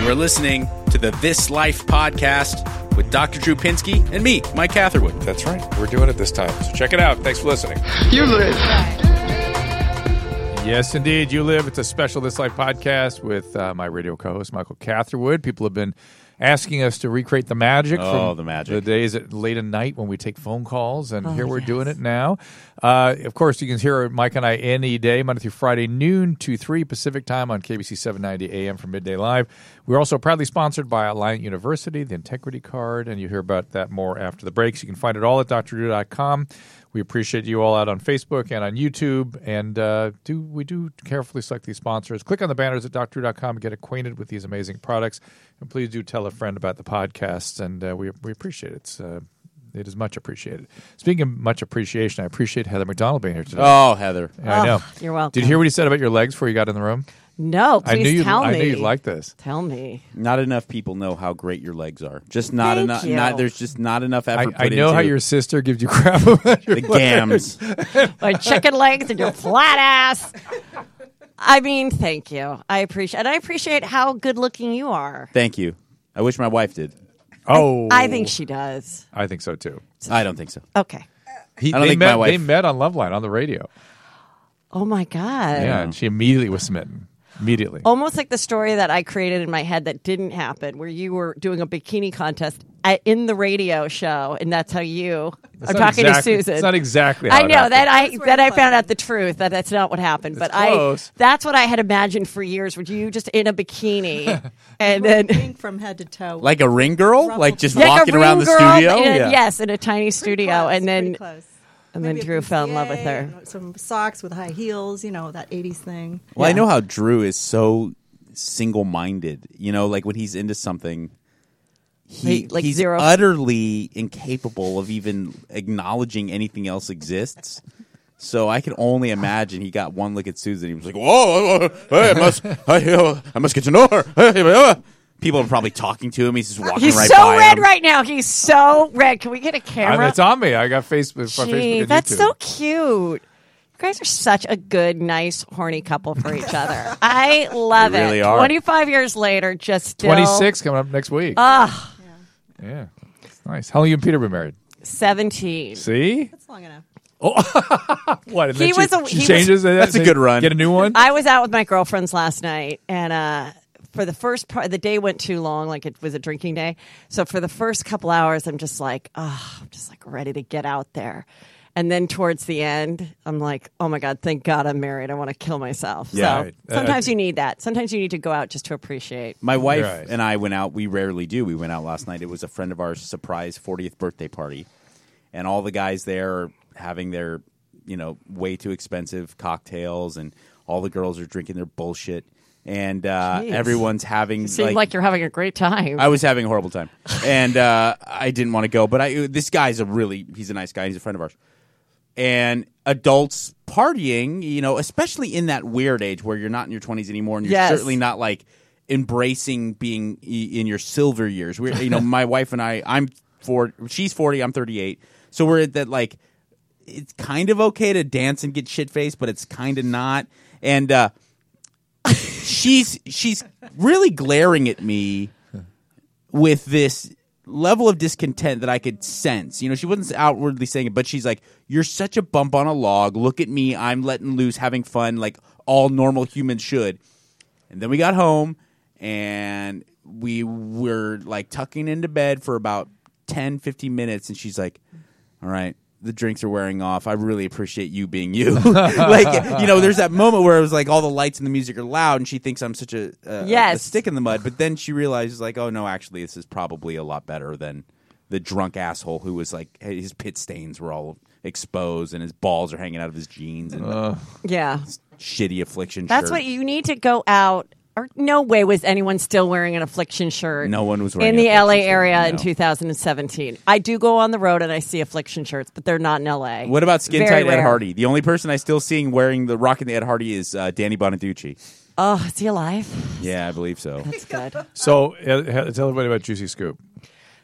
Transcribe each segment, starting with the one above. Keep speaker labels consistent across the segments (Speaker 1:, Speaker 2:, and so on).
Speaker 1: You're listening to the This Life podcast with Dr. Drew Pinsky and me, Mike Catherwood.
Speaker 2: That's right. We're doing it this time. So check it out. Thanks for listening.
Speaker 3: You live.
Speaker 2: Yes, indeed. You live. It's a special This Life podcast with uh, my radio co host, Michael Catherwood. People have been asking us to recreate the magic
Speaker 1: Oh,
Speaker 2: from
Speaker 1: the magic.
Speaker 2: the days at late at night when we take phone calls, and here we're doing it now. Uh, of course, you can hear Mike and I any day, Monday through Friday, noon to 3 Pacific time on KBC 790 AM for Midday Live. We're also proudly sponsored by Alliant University, the Integrity Card, and you hear about that more after the breaks. You can find it all at drdrew.com. We appreciate you all out on Facebook and on YouTube, and uh, do we do carefully select these sponsors. Click on the banners at drdrew.com and get acquainted with these amazing products. And please do tell a friend about the podcast, and uh, we we appreciate it. It's, uh, it is much appreciated. Speaking of much appreciation, I appreciate Heather McDonald being here today.
Speaker 1: Oh, Heather.
Speaker 2: I know.
Speaker 4: you're welcome.
Speaker 2: Did you hear what he said about your legs before you got in the room?
Speaker 4: No,
Speaker 2: I
Speaker 4: please
Speaker 2: knew you.
Speaker 4: tell
Speaker 2: I
Speaker 4: me.
Speaker 2: knew you'd like this.
Speaker 4: Tell me.
Speaker 1: Not enough people know how great your legs are. Just not
Speaker 4: Thank
Speaker 1: enough.
Speaker 4: you.
Speaker 1: Not there's just not enough
Speaker 2: I,
Speaker 1: effort.
Speaker 2: I
Speaker 1: put
Speaker 2: know
Speaker 1: into
Speaker 2: how your sister gives you crap about your
Speaker 1: the gams.
Speaker 4: My chicken legs and your flat ass. I mean, thank you. I appreciate, and I appreciate how good looking you are.
Speaker 1: Thank you. I wish my wife did.
Speaker 2: Oh,
Speaker 4: I think she does.
Speaker 2: I think so too.
Speaker 1: I don't think so.
Speaker 4: Okay.
Speaker 2: He,
Speaker 1: I don't
Speaker 2: they
Speaker 1: think
Speaker 2: met.
Speaker 1: my wife-
Speaker 2: They met on Loveline on the radio.
Speaker 4: Oh my god.
Speaker 2: Yeah, and she immediately was smitten. Immediately.
Speaker 1: Oh,
Speaker 4: Almost like the story that I created in my head that didn't happen, where you were doing a bikini contest at, in the radio show, and that's how you.
Speaker 2: It's
Speaker 4: I'm
Speaker 2: not
Speaker 4: talking
Speaker 2: exactly-
Speaker 4: to Susan.
Speaker 2: It's not exactly. How
Speaker 4: I
Speaker 2: it
Speaker 4: know
Speaker 2: happened.
Speaker 4: that I that I found out the truth that that's not what happened, but
Speaker 2: close.
Speaker 4: I that's what I had imagined for years. Were you just in a bikini and then
Speaker 5: Being from head to toe.
Speaker 1: Like a ring girl, like just
Speaker 4: like
Speaker 1: walking
Speaker 4: a
Speaker 1: around
Speaker 4: room
Speaker 1: the
Speaker 4: girl
Speaker 1: studio.
Speaker 4: in a-
Speaker 1: yeah.
Speaker 4: Yes, in a tiny
Speaker 5: Pretty
Speaker 4: studio,
Speaker 5: close,
Speaker 4: and then
Speaker 5: pretty close.
Speaker 4: and then
Speaker 5: Maybe a
Speaker 4: Drew fell in love with
Speaker 5: bustier
Speaker 4: her.
Speaker 5: and Some socks with high heels, you know that '80s thing.
Speaker 1: Well, I know how Drew is so single-minded. You know, like when he's into something, he
Speaker 4: Wait, like
Speaker 1: he's
Speaker 4: zero-
Speaker 1: utterly incapable of even acknowledging anything else exists. So I can only imagine he got one look at Susan. He was like, "Whoa, uh, hey, I must, I, uh, I must get to know her." Hey, uh." People are probably talking to him. He's just walking
Speaker 4: He's
Speaker 1: right
Speaker 4: so
Speaker 1: by
Speaker 4: red
Speaker 1: him.
Speaker 4: right now. He's so red. Can we get a
Speaker 2: I mean,
Speaker 4: camera?
Speaker 2: it's on me. I got Facebook. my Facebook
Speaker 4: Gee,
Speaker 2: and
Speaker 4: that's
Speaker 2: YouTube.
Speaker 4: so cute. You guys are such a good, nice, horny couple for each other. I love
Speaker 1: You really
Speaker 4: it.
Speaker 1: are.
Speaker 4: Twenty-five years later, just still
Speaker 2: Twenty-six coming up next week.
Speaker 4: Ah,
Speaker 2: yeah, it's nice. How long you and Peter been married?
Speaker 4: seventeen.
Speaker 2: See
Speaker 5: That's long enough.
Speaker 2: what? And
Speaker 4: He
Speaker 2: then she-
Speaker 4: was a-
Speaker 2: she
Speaker 4: he was-
Speaker 2: changes. and
Speaker 1: That's a
Speaker 2: they
Speaker 1: good run.
Speaker 2: Get a new one.
Speaker 4: I was out with my girlfriends last night, and uh, for the first part, the day went too long. Like it was a drinking day, so for the first couple hours, I'm just like, oh, I'm just like ready to get out there. And then towards the end, I'm like, oh my god, thank God I'm married. I want to kill myself.
Speaker 2: Yeah,
Speaker 4: so
Speaker 2: right. Uh,
Speaker 4: sometimes you need that. Sometimes you need to go out just to appreciate.
Speaker 1: My wife
Speaker 2: Right.
Speaker 1: and I went out. We rarely do. We went out last night. It was a friend of ours' surprise 40th birthday party, and all the guys there are having their, you know, way too expensive cocktails, and all the girls are drinking their bullshit, and uh,
Speaker 4: Jeez.
Speaker 1: everyone's having
Speaker 4: Seems like, you're having a great time.
Speaker 1: I was having a horrible time, and uh, I didn't want to go. But I, this guy's a really he's a nice guy. He's a friend of ours. And adults partying, you know, especially in that weird age where you're not in your 20s anymore, and you're
Speaker 4: Yes.
Speaker 1: certainly not like embracing being i- in your silver years. We're, you know, my wife and I, I'm four, she's 40, I'm 38, so we're at that like it's kind of okay to dance and get shit faced, but it's kind of not. And uh, she's she's really glaring at me with this level of discontent that I could sense. You know, she wasn't outwardly saying it, but she's like, "You're such a bump on a log. Look at me. I'm letting loose, having fun, like all normal humans should." And then we got home and we were like tucking into bed for about 10, 15 minutes. And she's like, all right. The drinks are wearing off. I really appreciate you being you. like, you know, there's that moment where it was like all the lights and the music are loud, and she thinks I'm such a, a, a
Speaker 4: Yes.
Speaker 1: stick in the mud. But then she realizes, like, oh no, actually, this is probably a lot better than the drunk asshole who was like his pit stains were all exposed and his balls are hanging out of his jeans and
Speaker 4: Yeah.
Speaker 1: shitty affliction.
Speaker 4: That's
Speaker 1: shirt.
Speaker 4: what you need to go out. Or no way was anyone still wearing an affliction shirt.
Speaker 1: No one was wearing
Speaker 4: in the
Speaker 1: an
Speaker 4: LA
Speaker 1: affliction shirt,
Speaker 4: area in
Speaker 1: no.
Speaker 4: 2017. I do go on the road and I see affliction shirts, but they're not in LA.
Speaker 1: What about skin
Speaker 4: Very
Speaker 1: tight Ed
Speaker 4: rare.
Speaker 1: Hardy? The only person I still seeing wearing the rocking the Ed Hardy is uh, Danny Bonaducci.
Speaker 4: Oh, is he alive?
Speaker 1: Yeah, I believe so.
Speaker 4: That's good.
Speaker 2: So uh, tell everybody about Juicy Scoop.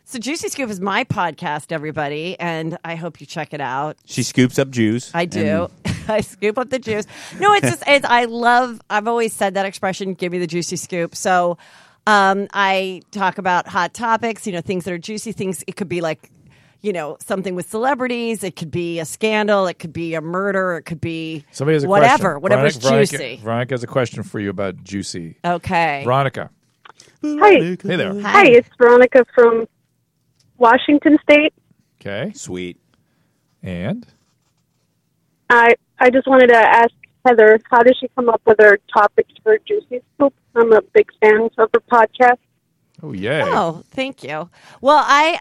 Speaker 4: So Juicy Scoop is my podcast, everybody, and I hope you check it out.
Speaker 1: She scoops up Jews.
Speaker 4: I do. I scoop up the juice. No, it's just it's, I love. I've always said that expression. Give me the juicy scoop. So, um, I talk about hot topics. You know, things that are juicy. Things it could be like, you know, something with celebrities. It could be a scandal. It could be a murder. It could be
Speaker 2: Somebody has a
Speaker 4: whatever.
Speaker 2: question.
Speaker 4: Whatever's
Speaker 2: Veronica,
Speaker 4: juicy.
Speaker 2: Veronica, Veronica has a question for you about Juicy.
Speaker 4: Okay.
Speaker 2: Veronica.
Speaker 3: Hi.
Speaker 2: Hey there.
Speaker 3: Hi, it's Veronica from Washington State.
Speaker 2: Okay.
Speaker 1: Sweet.
Speaker 2: And
Speaker 3: I I just wanted to ask Heather, how does she come up with her topics for Juicy Scoop? I'm a big fan of her podcast.
Speaker 2: oh yay.
Speaker 4: Oh, thank you. Well, I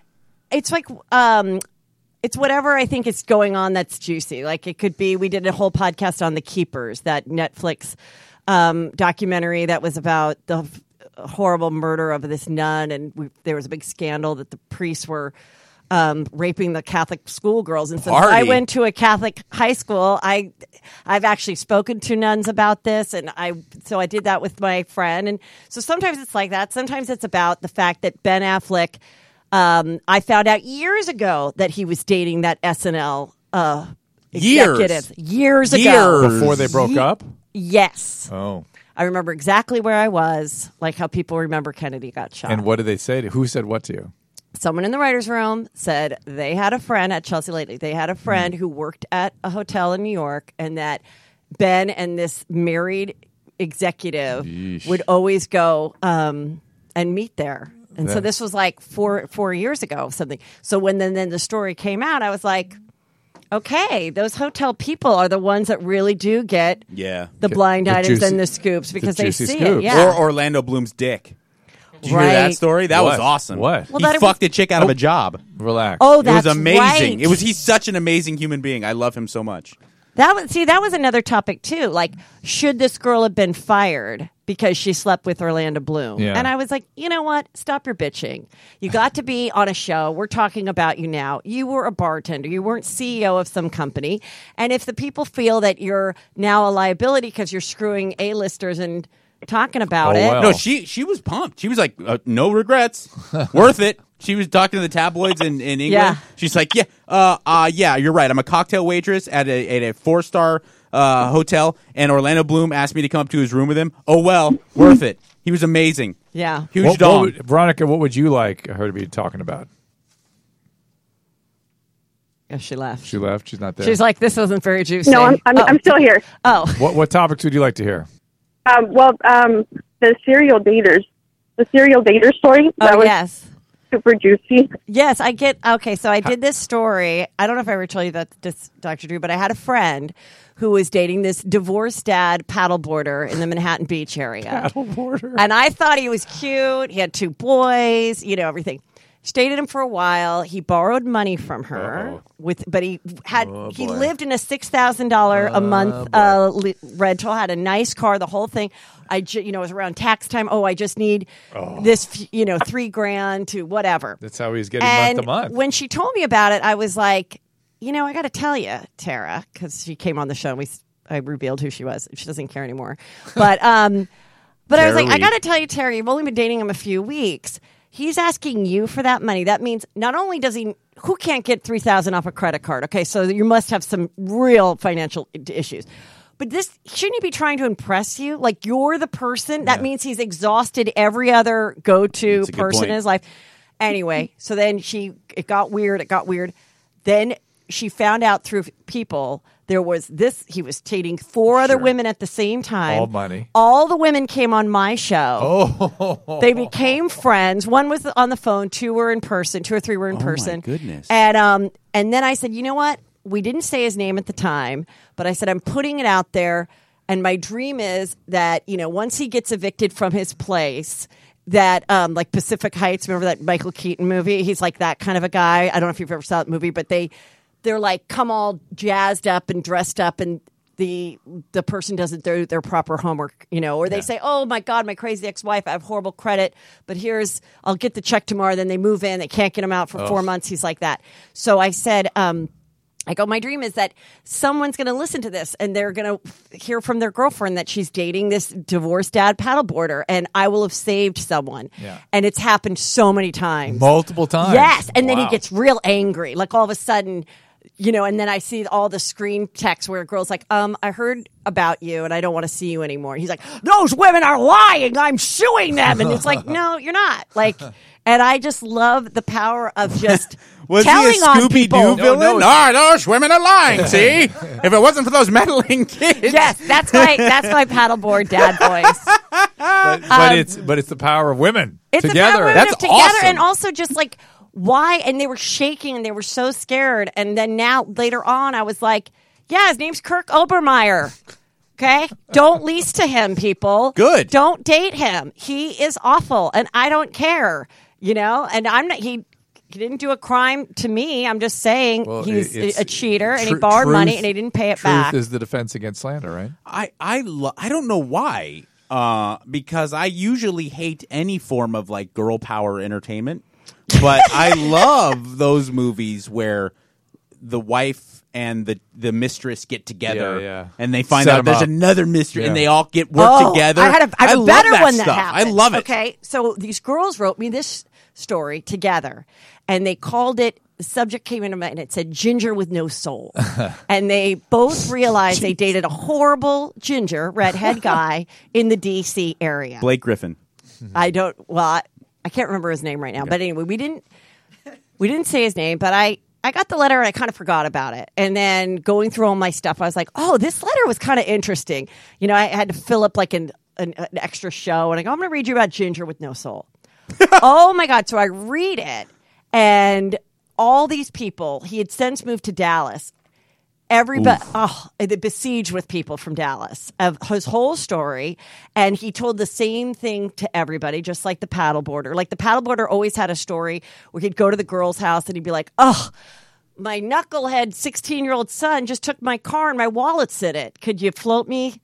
Speaker 4: it's like um it's whatever I think is going on that's juicy. Like it could be we did a whole podcast on The Keepers, that Netflix um documentary that was about the f- horrible murder of this nun and we, there was a big scandal that the priests were um, raping the Catholic schoolgirls, and since I
Speaker 1: Party.
Speaker 4: went to a Catholic high school, I, I've actually spoken to nuns about this, and I so I did that with my friend, and so sometimes it's like that. Sometimes it's about the fact that Ben Affleck. Um, I found out years ago that he was dating that SNL uh,
Speaker 1: Years.
Speaker 4: executive.
Speaker 1: Years.
Speaker 4: Years, ago.
Speaker 2: Before they broke
Speaker 4: Ye-
Speaker 2: up?
Speaker 4: Yes,
Speaker 2: Oh.
Speaker 4: I remember exactly where I was, like how people remember Kennedy got shot
Speaker 2: And what did they say? To, who said what to you?
Speaker 4: someone in the writers' room said they had a friend at Chelsea lately. They had a
Speaker 1: Hmm.
Speaker 4: friend who worked at a hotel in New York, and that Ben and this married executive would always go um, and meet there. And so this was like four four years ago, something. So when then then the story came out, I was like, okay, those hotel people are the ones that really do get
Speaker 1: Yeah.
Speaker 4: the blind
Speaker 2: the
Speaker 4: items
Speaker 2: juicy-
Speaker 4: and the scoops because they
Speaker 2: juicy
Speaker 4: see it.
Speaker 2: scoops.
Speaker 4: Yeah,
Speaker 1: Or Orlando Bloom's dick. Did you hear that
Speaker 4: Right.
Speaker 1: story? That was
Speaker 2: What?
Speaker 1: awesome.
Speaker 2: What? Well,
Speaker 1: he
Speaker 4: that it
Speaker 1: fucked
Speaker 4: was-
Speaker 1: a chick out of a job.
Speaker 2: Relax.
Speaker 4: oh,
Speaker 1: It was
Speaker 4: that's
Speaker 1: amazing.
Speaker 4: right.
Speaker 1: It was he's such an amazing human being. I love him so much.
Speaker 4: That was see, that was another topic too. Like, should this girl have been fired because she slept with Orlando Bloom?
Speaker 2: Yeah.
Speaker 4: And I was like, you know what? Stop your bitching. You got to be on a show. We're talking about you now. You were a bartender. You weren't CEO of some company. And if the people feel that you're now a liability because you're screwing A listers and talking about
Speaker 2: Oh,
Speaker 4: it,
Speaker 2: wow.
Speaker 1: No, she she was pumped. She was like, uh, no regrets, worth it. She was talking to the tabloids in, in England.
Speaker 4: Yeah.
Speaker 1: She's like, yeah, uh, uh, yeah, you're right. I'm a cocktail waitress at a, at a four star uh, hotel, and Orlando Bloom asked me to come up to his room with him. Oh well, worth it. He was amazing.
Speaker 4: yeah.
Speaker 1: Huge
Speaker 2: What- what
Speaker 1: dong.
Speaker 2: would- Veronica, what would you like her to be talking about?
Speaker 4: Yeah, Oh, she left.
Speaker 2: She left. She's not there.
Speaker 4: She's like, this wasn't very juicy.
Speaker 3: No, I'm I'm,
Speaker 4: oh,
Speaker 3: I'm still here.
Speaker 4: oh.
Speaker 2: what, what topics would you like to hear?
Speaker 3: Um, well, um, the serial daters, the serial dater story that
Speaker 4: Oh,
Speaker 3: was
Speaker 4: yes.
Speaker 3: super juicy.
Speaker 4: Yes, I get. Okay, so I did this story. I don't know if I ever told you that, this, Dr. Drew, but I had a friend who was dating this divorced dad paddleboarder in the Manhattan Beach area.
Speaker 2: Border.
Speaker 4: And I thought he was cute. He had two boys, you know, everything. She dated him for a while. He borrowed money from her with, but he had he lived in a six thousand dollar a month uh, li- rental. Had a nice car, the whole thing. I, ju- you know, it was around tax time. Oh, I just need this, f- you know, three grand to whatever
Speaker 2: That's how he's getting
Speaker 4: and
Speaker 2: month to month.
Speaker 4: When she told me about it, I was like, you know, I got to tell you, Tara, because she came on the show and we s- I revealed who she was. She doesn't care anymore, but um, but I was
Speaker 1: Tara
Speaker 4: like, I
Speaker 1: Reid.
Speaker 4: got to tell you, Tara, you've only been dating him a few weeks. He's asking you for that money. That means not only does he who can't get three thousand off a credit card. Okay, so you must have some real financial i- issues. But this shouldn't he be trying to impress you? Like you're the person. That means he's exhausted every other go-to
Speaker 1: That's a good
Speaker 4: person in
Speaker 1: point.
Speaker 4: his life. Anyway, so then she it got weird. It got weird. Then she found out through people There was this. He was dating four other women at the same time.
Speaker 1: Oh
Speaker 2: All money.
Speaker 4: All the women came on my show. Oh, they became friends. One was on the phone. Two were in person. Two or three were in
Speaker 1: Oh, my
Speaker 4: person.
Speaker 1: goodness.
Speaker 4: And um, and then I said, you know what? We didn't say his name at the time, but I said I'm putting it out there, and my dream is that you know once he gets evicted from his place. That um, like Pacific Heights, remember that Michael Keaton movie? He's like that kind of a guy. I don't know if you've ever saw that movie, but they they're like come all jazzed up and dressed up, and the the person doesn't do their proper homework, you know, or they say, "Oh my God, my crazy ex wife, I have horrible credit, but here's I'll get the check tomorrow." Then they move in, they can't get him out for four months. He's like that. So I said, um, "I go, my dream is that someone's going to listen to this and they're going to hear from their girlfriend that she's dating this divorced dad paddleboarder, and I will have saved someone."
Speaker 2: Yeah.
Speaker 4: And it's happened so many times.
Speaker 2: Multiple times.
Speaker 4: Yes, and then he
Speaker 2: Wow.
Speaker 4: gets real angry. Like all of a sudden, you know, and then I see all the screen text where a girl's like, "Um, I heard about you, and I don't want to see you anymore." And he's like, "Those women are lying. I'm suing them." And it's like, "No, you're not." Like, and I just love the power of just
Speaker 1: Was
Speaker 4: telling
Speaker 1: he a
Speaker 4: on
Speaker 1: Scooby
Speaker 4: people.
Speaker 1: Doo villain? No, those women are lying. See, if it wasn't for those meddling kids,
Speaker 4: Yes, that's my that's my paddleboard dad voice.
Speaker 2: But, but it's but it's the power of women
Speaker 4: Um, It's
Speaker 2: together.
Speaker 4: A
Speaker 1: That's
Speaker 4: That's together
Speaker 1: awesome.
Speaker 4: and also just like why and they were shaking and they were so scared and then now later on I was like, yeah, his name's Kirk Obermeyer. Okay? Don't lease to him, people.
Speaker 1: Good.
Speaker 4: Don't date him. He is awful and I don't care, you know? And I'm not he he didn't do a crime to me. I'm just saying
Speaker 2: Well,
Speaker 4: he's
Speaker 2: it- it's-
Speaker 4: a- a cheater and he
Speaker 2: tru-
Speaker 4: borrowed money
Speaker 2: truth-
Speaker 4: and he didn't pay it
Speaker 2: truth
Speaker 4: back.
Speaker 2: is the defense against slander, right?
Speaker 1: I I lo- I don't know why. Uh, because I usually hate any form of like girl power entertainment, but I love those movies where the wife and the the mistress get together,
Speaker 2: Yeah, yeah.
Speaker 1: and they find
Speaker 2: Set
Speaker 1: out
Speaker 2: 'em
Speaker 1: there's
Speaker 2: up.
Speaker 1: another mistress, and
Speaker 2: Yeah.
Speaker 1: they all get work
Speaker 4: Oh,
Speaker 1: together.
Speaker 4: I had a, I have a
Speaker 1: love
Speaker 4: better
Speaker 1: that
Speaker 4: one
Speaker 1: stuff.
Speaker 4: that happened.
Speaker 1: I love it.
Speaker 4: Okay, so these girls wrote me this story together, and they called it. The subject came into mind. and It said "ginger with no soul," and they both realized they dated a horrible ginger redhead guy in the D.C. area.
Speaker 1: Blake Griffin.
Speaker 4: I don't. Well, I, I can't remember his name right now. But anyway, we didn't we didn't say his name. But I I got the letter and I kind of forgot about it. And then going through all my stuff, I was like, oh, this letter was kind of interesting. You know, I had to fill up like an an, an extra show, and I go, I'm going to read you about Ginger with no soul. oh my god! So I read it, and all these people. He had since moved to Dallas. Everybody, oh, the besieged with people from Dallas of his whole story, and he told the same thing to everybody, just like the paddleboarder. Like the paddleboarder always had a story where he'd go to the girl's house and he'd be like, "Oh, my knucklehead sixteen-year-old son just took my car and my wallet's in it. Could you float me?"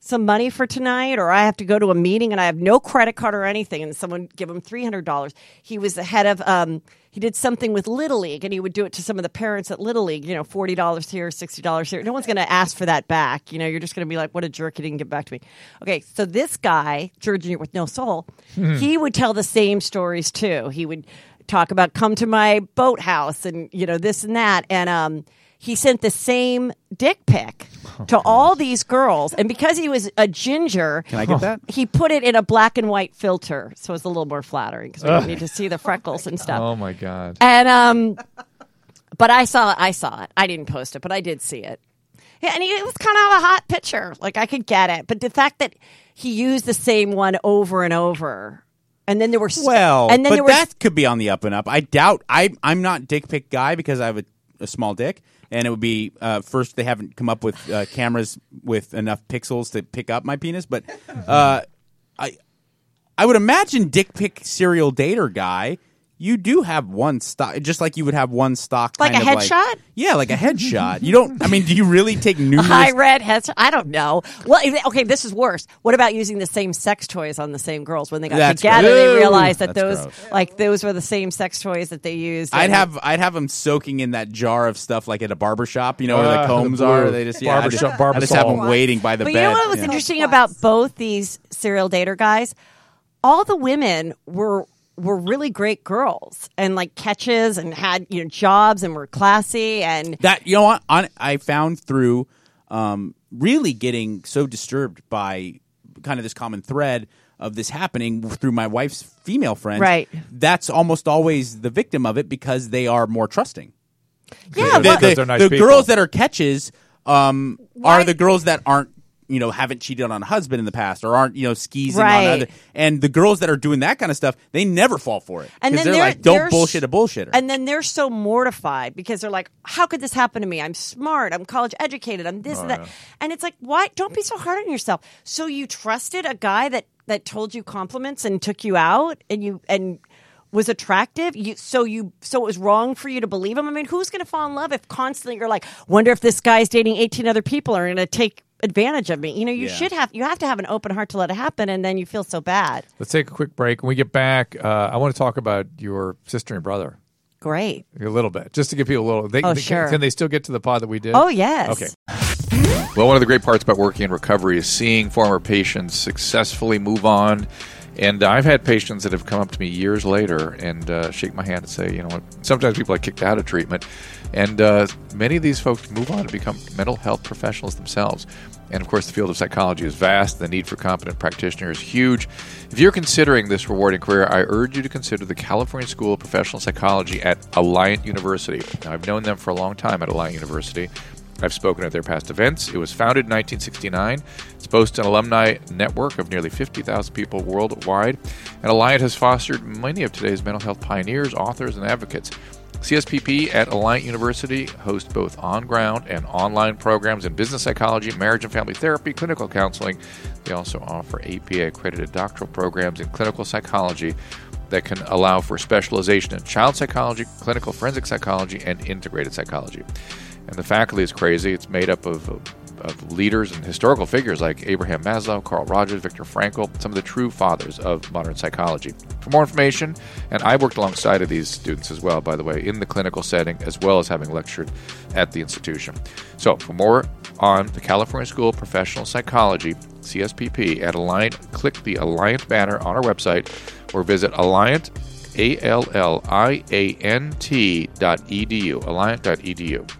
Speaker 4: some money for tonight or I have to go to a meeting and I have no credit card or anything and someone give him $300. He was the head of um he did something with Little League and he would do it to some of the parents at Little League, you know, $40 here, $60 here. No one's going to ask for that back. You know, you're just going to be like, what a jerk he didn't give back to me. Okay, so this guy, Georgian with no soul, he would tell the same stories too. He would talk about come to my boathouse and you know this and that and um he sent the same dick pic to all these girls and because he was a ginger
Speaker 1: Can I get that?
Speaker 4: he put it in a black and white filter so it's a little more flattering because we don't need to see the freckles and stuff
Speaker 2: Oh my god.
Speaker 4: and um but i saw i saw it i didn't post it but i did see it yeah, and he, it was kind of a hot picture like i could get it but the fact that he used the same one over and over and then there were s-
Speaker 1: Well,
Speaker 4: and then
Speaker 1: but
Speaker 4: there were s-
Speaker 1: that could be on the up and up. I doubt I I'm not dick pic guy because I have a, a small dick, and it would be uh, first they haven't come up with uh, cameras with enough pixels to pick up my penis, but uh, I I would imagine dick pic serial dater guy. You do have one stock, just like you would have one stock,
Speaker 4: Like
Speaker 1: kind
Speaker 4: a
Speaker 1: of
Speaker 4: headshot?
Speaker 1: yeah, like a headshot. You don't. I mean, do you really take numerous?
Speaker 4: high red has I don't know. Well, if- okay, this is worse. What about using the same sex toys on the same girls when they got
Speaker 1: That's
Speaker 4: together?
Speaker 1: gross.
Speaker 4: They realized that
Speaker 1: That's
Speaker 4: those
Speaker 1: gross.
Speaker 4: like those were the same sex toys that they used.
Speaker 1: I'd
Speaker 4: and-
Speaker 1: have I'd have them soaking in that jar of stuff like at a barber shop, you know, where
Speaker 2: Ah,
Speaker 1: the combs
Speaker 2: the blue.
Speaker 1: are. They just yeah, I
Speaker 2: Barber
Speaker 1: just,
Speaker 2: shop- barber
Speaker 1: I just have them
Speaker 2: saw.
Speaker 1: waiting by the
Speaker 4: But
Speaker 1: bed.
Speaker 4: you know what was
Speaker 1: yeah.
Speaker 4: interesting about both these serial dater guys? All the women were were really great girls and like catches and had you know jobs and were classy and
Speaker 1: That you know what on, I found through um, really getting so disturbed by kind of this common thread of this happening through my wife's female friends.
Speaker 4: Right.
Speaker 1: That's almost always the victim of it because they are more trusting.
Speaker 4: yeah.
Speaker 2: they're-
Speaker 4: well-
Speaker 2: they're nice
Speaker 1: the
Speaker 2: people.
Speaker 1: girls that are catches um,
Speaker 4: Why-
Speaker 1: are the girls that aren't you know haven't cheated on a husband in the past or aren't you know skeezing
Speaker 4: Right.
Speaker 1: on other and the girls that are doing that kind of stuff they never fall for it
Speaker 4: And
Speaker 1: 'Cause
Speaker 4: then
Speaker 1: they're,
Speaker 4: they're-
Speaker 1: like don't
Speaker 4: they're-
Speaker 1: bullshit a bullshitter
Speaker 4: And then they're so mortified because they're like, "How could this happen to me? I'm smart. I'm college educated. I'm this and that." And it's like, "Why? Don't be so hard on yourself." So you trusted a guy that that told you compliments and took you out and you and was attractive. You so you so it was wrong for you to believe him. I mean, who's going to fall in love if constantly you're like, "Wonder if this guy's dating 18 other people are going to take advantage of me." You know, you
Speaker 1: Yeah.
Speaker 4: should have you have to have an open heart to let it happen, and then you feel so bad.
Speaker 2: Let's take a quick break. When we get back, uh, I want to talk about your sister and brother
Speaker 4: Great.
Speaker 2: a little bit, just to give people a little. They,
Speaker 4: Oh,
Speaker 2: they-
Speaker 4: sure.
Speaker 2: Can they still get to the pod that we did?
Speaker 4: Oh yes.
Speaker 2: Okay. Well, one of the great parts about working in recovery is seeing former patients successfully move on. And uh, I've had patients that have come up to me years later and uh, shake my hand and say, you know what? Sometimes people are kicked out of treatment. And uh, many of these folks move on to become mental health professionals themselves. And of course, the field of psychology is vast. The need for competent practitioners is huge. If you're considering this rewarding career, I urge you to consider the California School of Professional Psychology at Alliant University. Now, I've known them for a long time at Alliant University. I've spoken at their past events. It was founded in 1969. It's boasts an alumni network of nearly 50,000 people worldwide. And Alliant has fostered many of today's mental health pioneers, authors, and advocates. CSPP at Alliant University hosts both on ground and online programs in business psychology, marriage and family therapy, clinical counseling. They also offer APA accredited doctoral programs in clinical psychology that can allow for specialization in child psychology, clinical forensic psychology, and integrated psychology. And the faculty is crazy. It's made up of, of leaders and historical figures like Abraham Maslow, Carl Rogers, Viktor Frankl, some of the true fathers of modern psychology. For more information, and I worked alongside of these students as well, by the way, in the clinical setting, as well as having lectured at the institution. So, for more on the California School of Professional Psychology, CSPP, at Alliant, click the Alliant banner on our website or visit Alliant, A L L I A N T dot E edu, alliant.edu.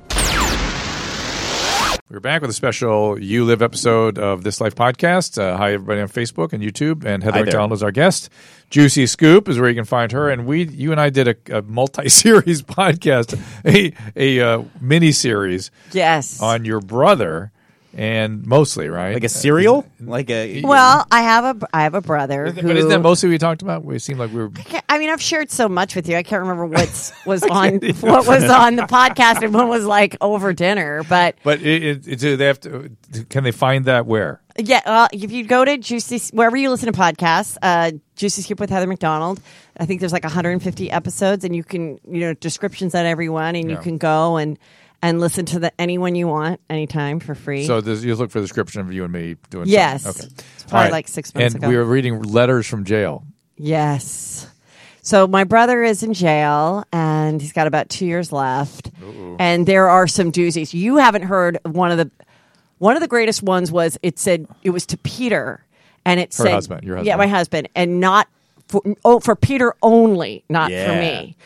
Speaker 2: We're back with a special You Live episode of This Life podcast. Uh, hi, everybody on Facebook and YouTube, and Heather
Speaker 1: Hi there.
Speaker 2: McDonald is our guest. Juicy Scoop is where you can find her, and we, you and I, did a, a multi-series podcast, a a uh, mini series
Speaker 4: Yes.
Speaker 2: on your brother, and mostly right,
Speaker 1: like a cereal like a
Speaker 4: Well, I have a br- I have a brother.
Speaker 2: But
Speaker 4: who,
Speaker 2: isn't that mostly we talked about? We seemed like we were
Speaker 4: Ca- I mean, I've shared so much with you. I can't remember what's was on what was on the podcast and what was like over dinner. But
Speaker 2: But it, it, it, do they have to? Can they find that where?
Speaker 4: yeah, well, if you go to Juicy wherever you listen to podcasts, uh, Juicy Scoop with Heather McDonald. I think there's like 150 episodes, and you can you know descriptions on everyone, and
Speaker 2: Yeah.
Speaker 4: you can go and and listen to the anyone you want anytime for free.
Speaker 2: So this, you look for the description of you and me doing.
Speaker 4: Yes.
Speaker 2: something. okay.
Speaker 4: It's probably
Speaker 2: All right.
Speaker 4: like six months
Speaker 2: and
Speaker 4: ago.
Speaker 2: we were reading letters from jail.
Speaker 4: Yes. So my brother is in jail and he's got about two years left. And there are some doozies. You haven't heard of one of the one of the greatest ones was it said it was to Peter and it
Speaker 2: Her
Speaker 4: said
Speaker 2: husband, your
Speaker 4: Yeah,
Speaker 2: husband.
Speaker 4: my husband. And not for oh for Peter only, not for
Speaker 1: Yeah.
Speaker 4: me.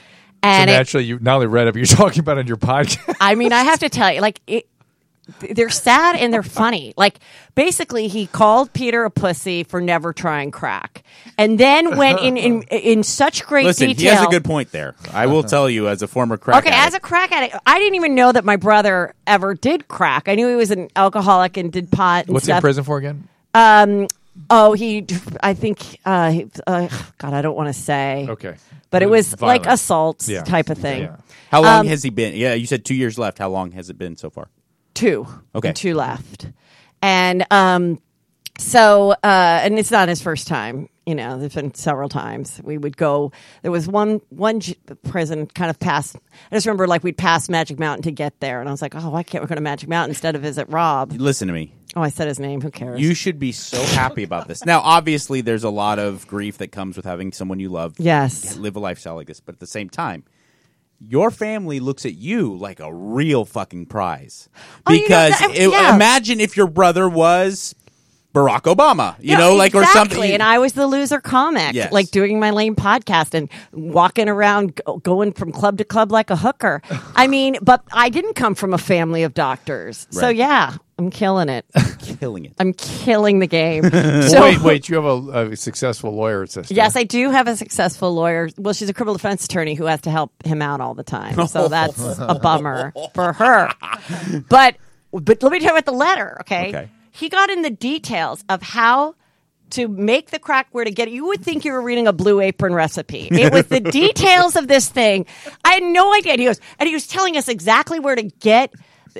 Speaker 4: And
Speaker 2: And so
Speaker 4: it,
Speaker 2: naturally, you not only read it, but you're talking about it in your podcast.
Speaker 4: I mean, I have to tell you, like it. They're sad and they're funny. Like basically, he called Peter a pussy for never trying crack, and then went in in, in such great
Speaker 1: listen he
Speaker 4: detail.
Speaker 1: has a good point there i will tell you as a former crack
Speaker 4: okay, as a
Speaker 1: addict-
Speaker 4: crack addict, I didn't even know that my brother ever did crack. I knew he was an alcoholic and did pot. And
Speaker 2: What's he
Speaker 4: stuff.
Speaker 2: in prison for again?
Speaker 4: Um, oh, he. I think. Uh, he- uh, God, I don't want to say.
Speaker 2: Okay.
Speaker 4: but it was like
Speaker 2: Violent.
Speaker 4: assaults
Speaker 2: Yeah.
Speaker 4: type of thing.
Speaker 2: Yeah.
Speaker 1: how long
Speaker 4: um,
Speaker 1: has he been yeah you said two years left how long has it been so far
Speaker 4: two.
Speaker 1: Okay.
Speaker 4: two left, and um, so uh, and it's not his first time. You know, there's been several times we would go. There was one one j- prison kind of past. I just remember like we'd pass Magic Mountain to get there, and I was like, oh, why can't we go to Magic Mountain instead of visit Rob?
Speaker 1: listen to me
Speaker 4: Oh, I said his name. Who cares?
Speaker 1: You should be so happy about this. Now, obviously, there's a lot of grief that comes with having someone you love
Speaker 4: Yes.
Speaker 1: live a lifestyle like this, but at the same time, your family looks at you like a real fucking prize.
Speaker 4: Oh, you know,
Speaker 1: Because
Speaker 4: that-
Speaker 1: it-
Speaker 4: yeah.
Speaker 1: imagine if your brother was Barack Obama, you
Speaker 4: Yeah,
Speaker 1: know, like or
Speaker 4: exactly.
Speaker 1: something.
Speaker 4: And I was the loser comic,
Speaker 1: Yes.
Speaker 4: like doing my lame podcast and walking around, go- going from club to club like a hooker. I mean, but I didn't come from a family of doctors, so
Speaker 1: Right.
Speaker 4: yeah, I'm killing it.
Speaker 1: killing it.
Speaker 4: I'm killing the game.
Speaker 2: Well,
Speaker 4: so,
Speaker 2: wait, wait. You have a, a successful lawyer sister.
Speaker 4: Yes, I do have a successful lawyer. Well, she's a criminal defense attorney who has to help him out all the time. So that's a bummer for her. But But let me tell you about the letter, okay?
Speaker 1: Okay.
Speaker 4: He got in the details of how to make the crack where to get it. You would think you were reading a blue apron recipe. It was the details of this thing. I had no idea. And he was, and he was telling us exactly where to get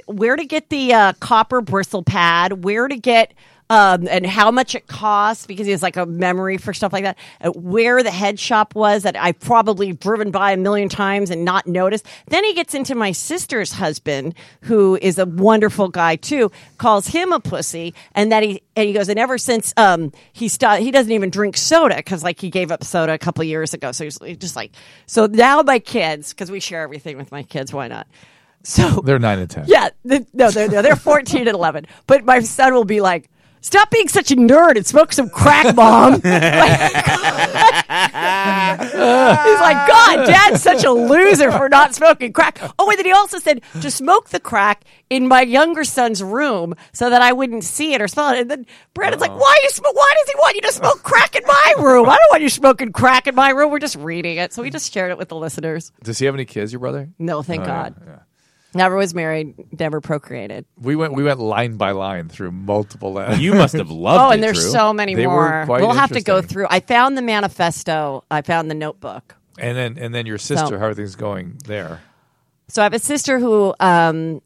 Speaker 4: where to get the uh, copper bristle pad, where to get um, and how much it costs because he has like a memory for stuff like that. Uh, where the head shop was that I've probably driven by a million times and not noticed. Then he gets into my sister's husband, who is a wonderful guy too, calls him a pussy, and that he and he goes and ever since um he stopped, he doesn't even drink soda because like he gave up soda a couple years ago. So he's just like so now my kids because we share everything with my kids. Why not? So
Speaker 2: They're nine and ten.
Speaker 4: yeah, the, no, they're, no, they're 14 and 11. But my son will be like, stop being such a nerd and smoke some crack, mom. Like, He's like, God, dad's such a loser for not smoking crack. Oh, and then he also said to smoke the crack in my younger son's room so that I wouldn't see it or smell it. And then Brandon's
Speaker 2: Oh.
Speaker 4: like, why you sm- Why does he want you to smoke crack in my room? I don't want you smoking crack in my room. We're just reading it. So we just shared it with the listeners.
Speaker 2: Does he have any kids, your brother?
Speaker 4: No, thank
Speaker 2: Oh, yeah,
Speaker 4: God. Never was married, never procreated.
Speaker 2: We went we went line by line through multiple letters.
Speaker 1: You must have loved
Speaker 4: Oh,
Speaker 1: it.
Speaker 4: and there's
Speaker 1: Drew.
Speaker 4: so many
Speaker 2: They were
Speaker 4: more.
Speaker 2: quite
Speaker 4: We'll have to go
Speaker 2: interesting.
Speaker 4: through. I found the manifesto. I found the notebook.
Speaker 2: and then and then your sister,
Speaker 4: So-
Speaker 2: how are things going there?
Speaker 4: So I have a sister who um,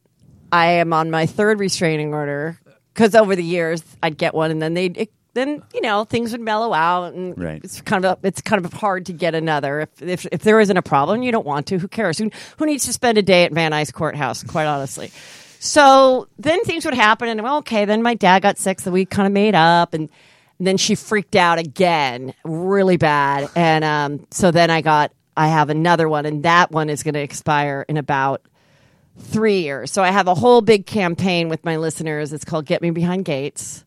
Speaker 4: I am on my third restraining order because over the years I'd get one, and then they would then you know things would mellow out, and
Speaker 1: Right.
Speaker 4: it's kind of a, it's kind of hard to get another. If, if if there isn't a problem, you don't want to. Who cares? Who, who needs to spend a day at Van Nuys Courthouse? Quite honestly. So then things would happen, and well, okay. Then my dad got sick, so we kind of made up, and then she freaked out again, really bad, and um, so then I got I have another one, and that one is going to expire in about three years. So I have a whole big campaign with my listeners. It's called "Get Me Behind Gates"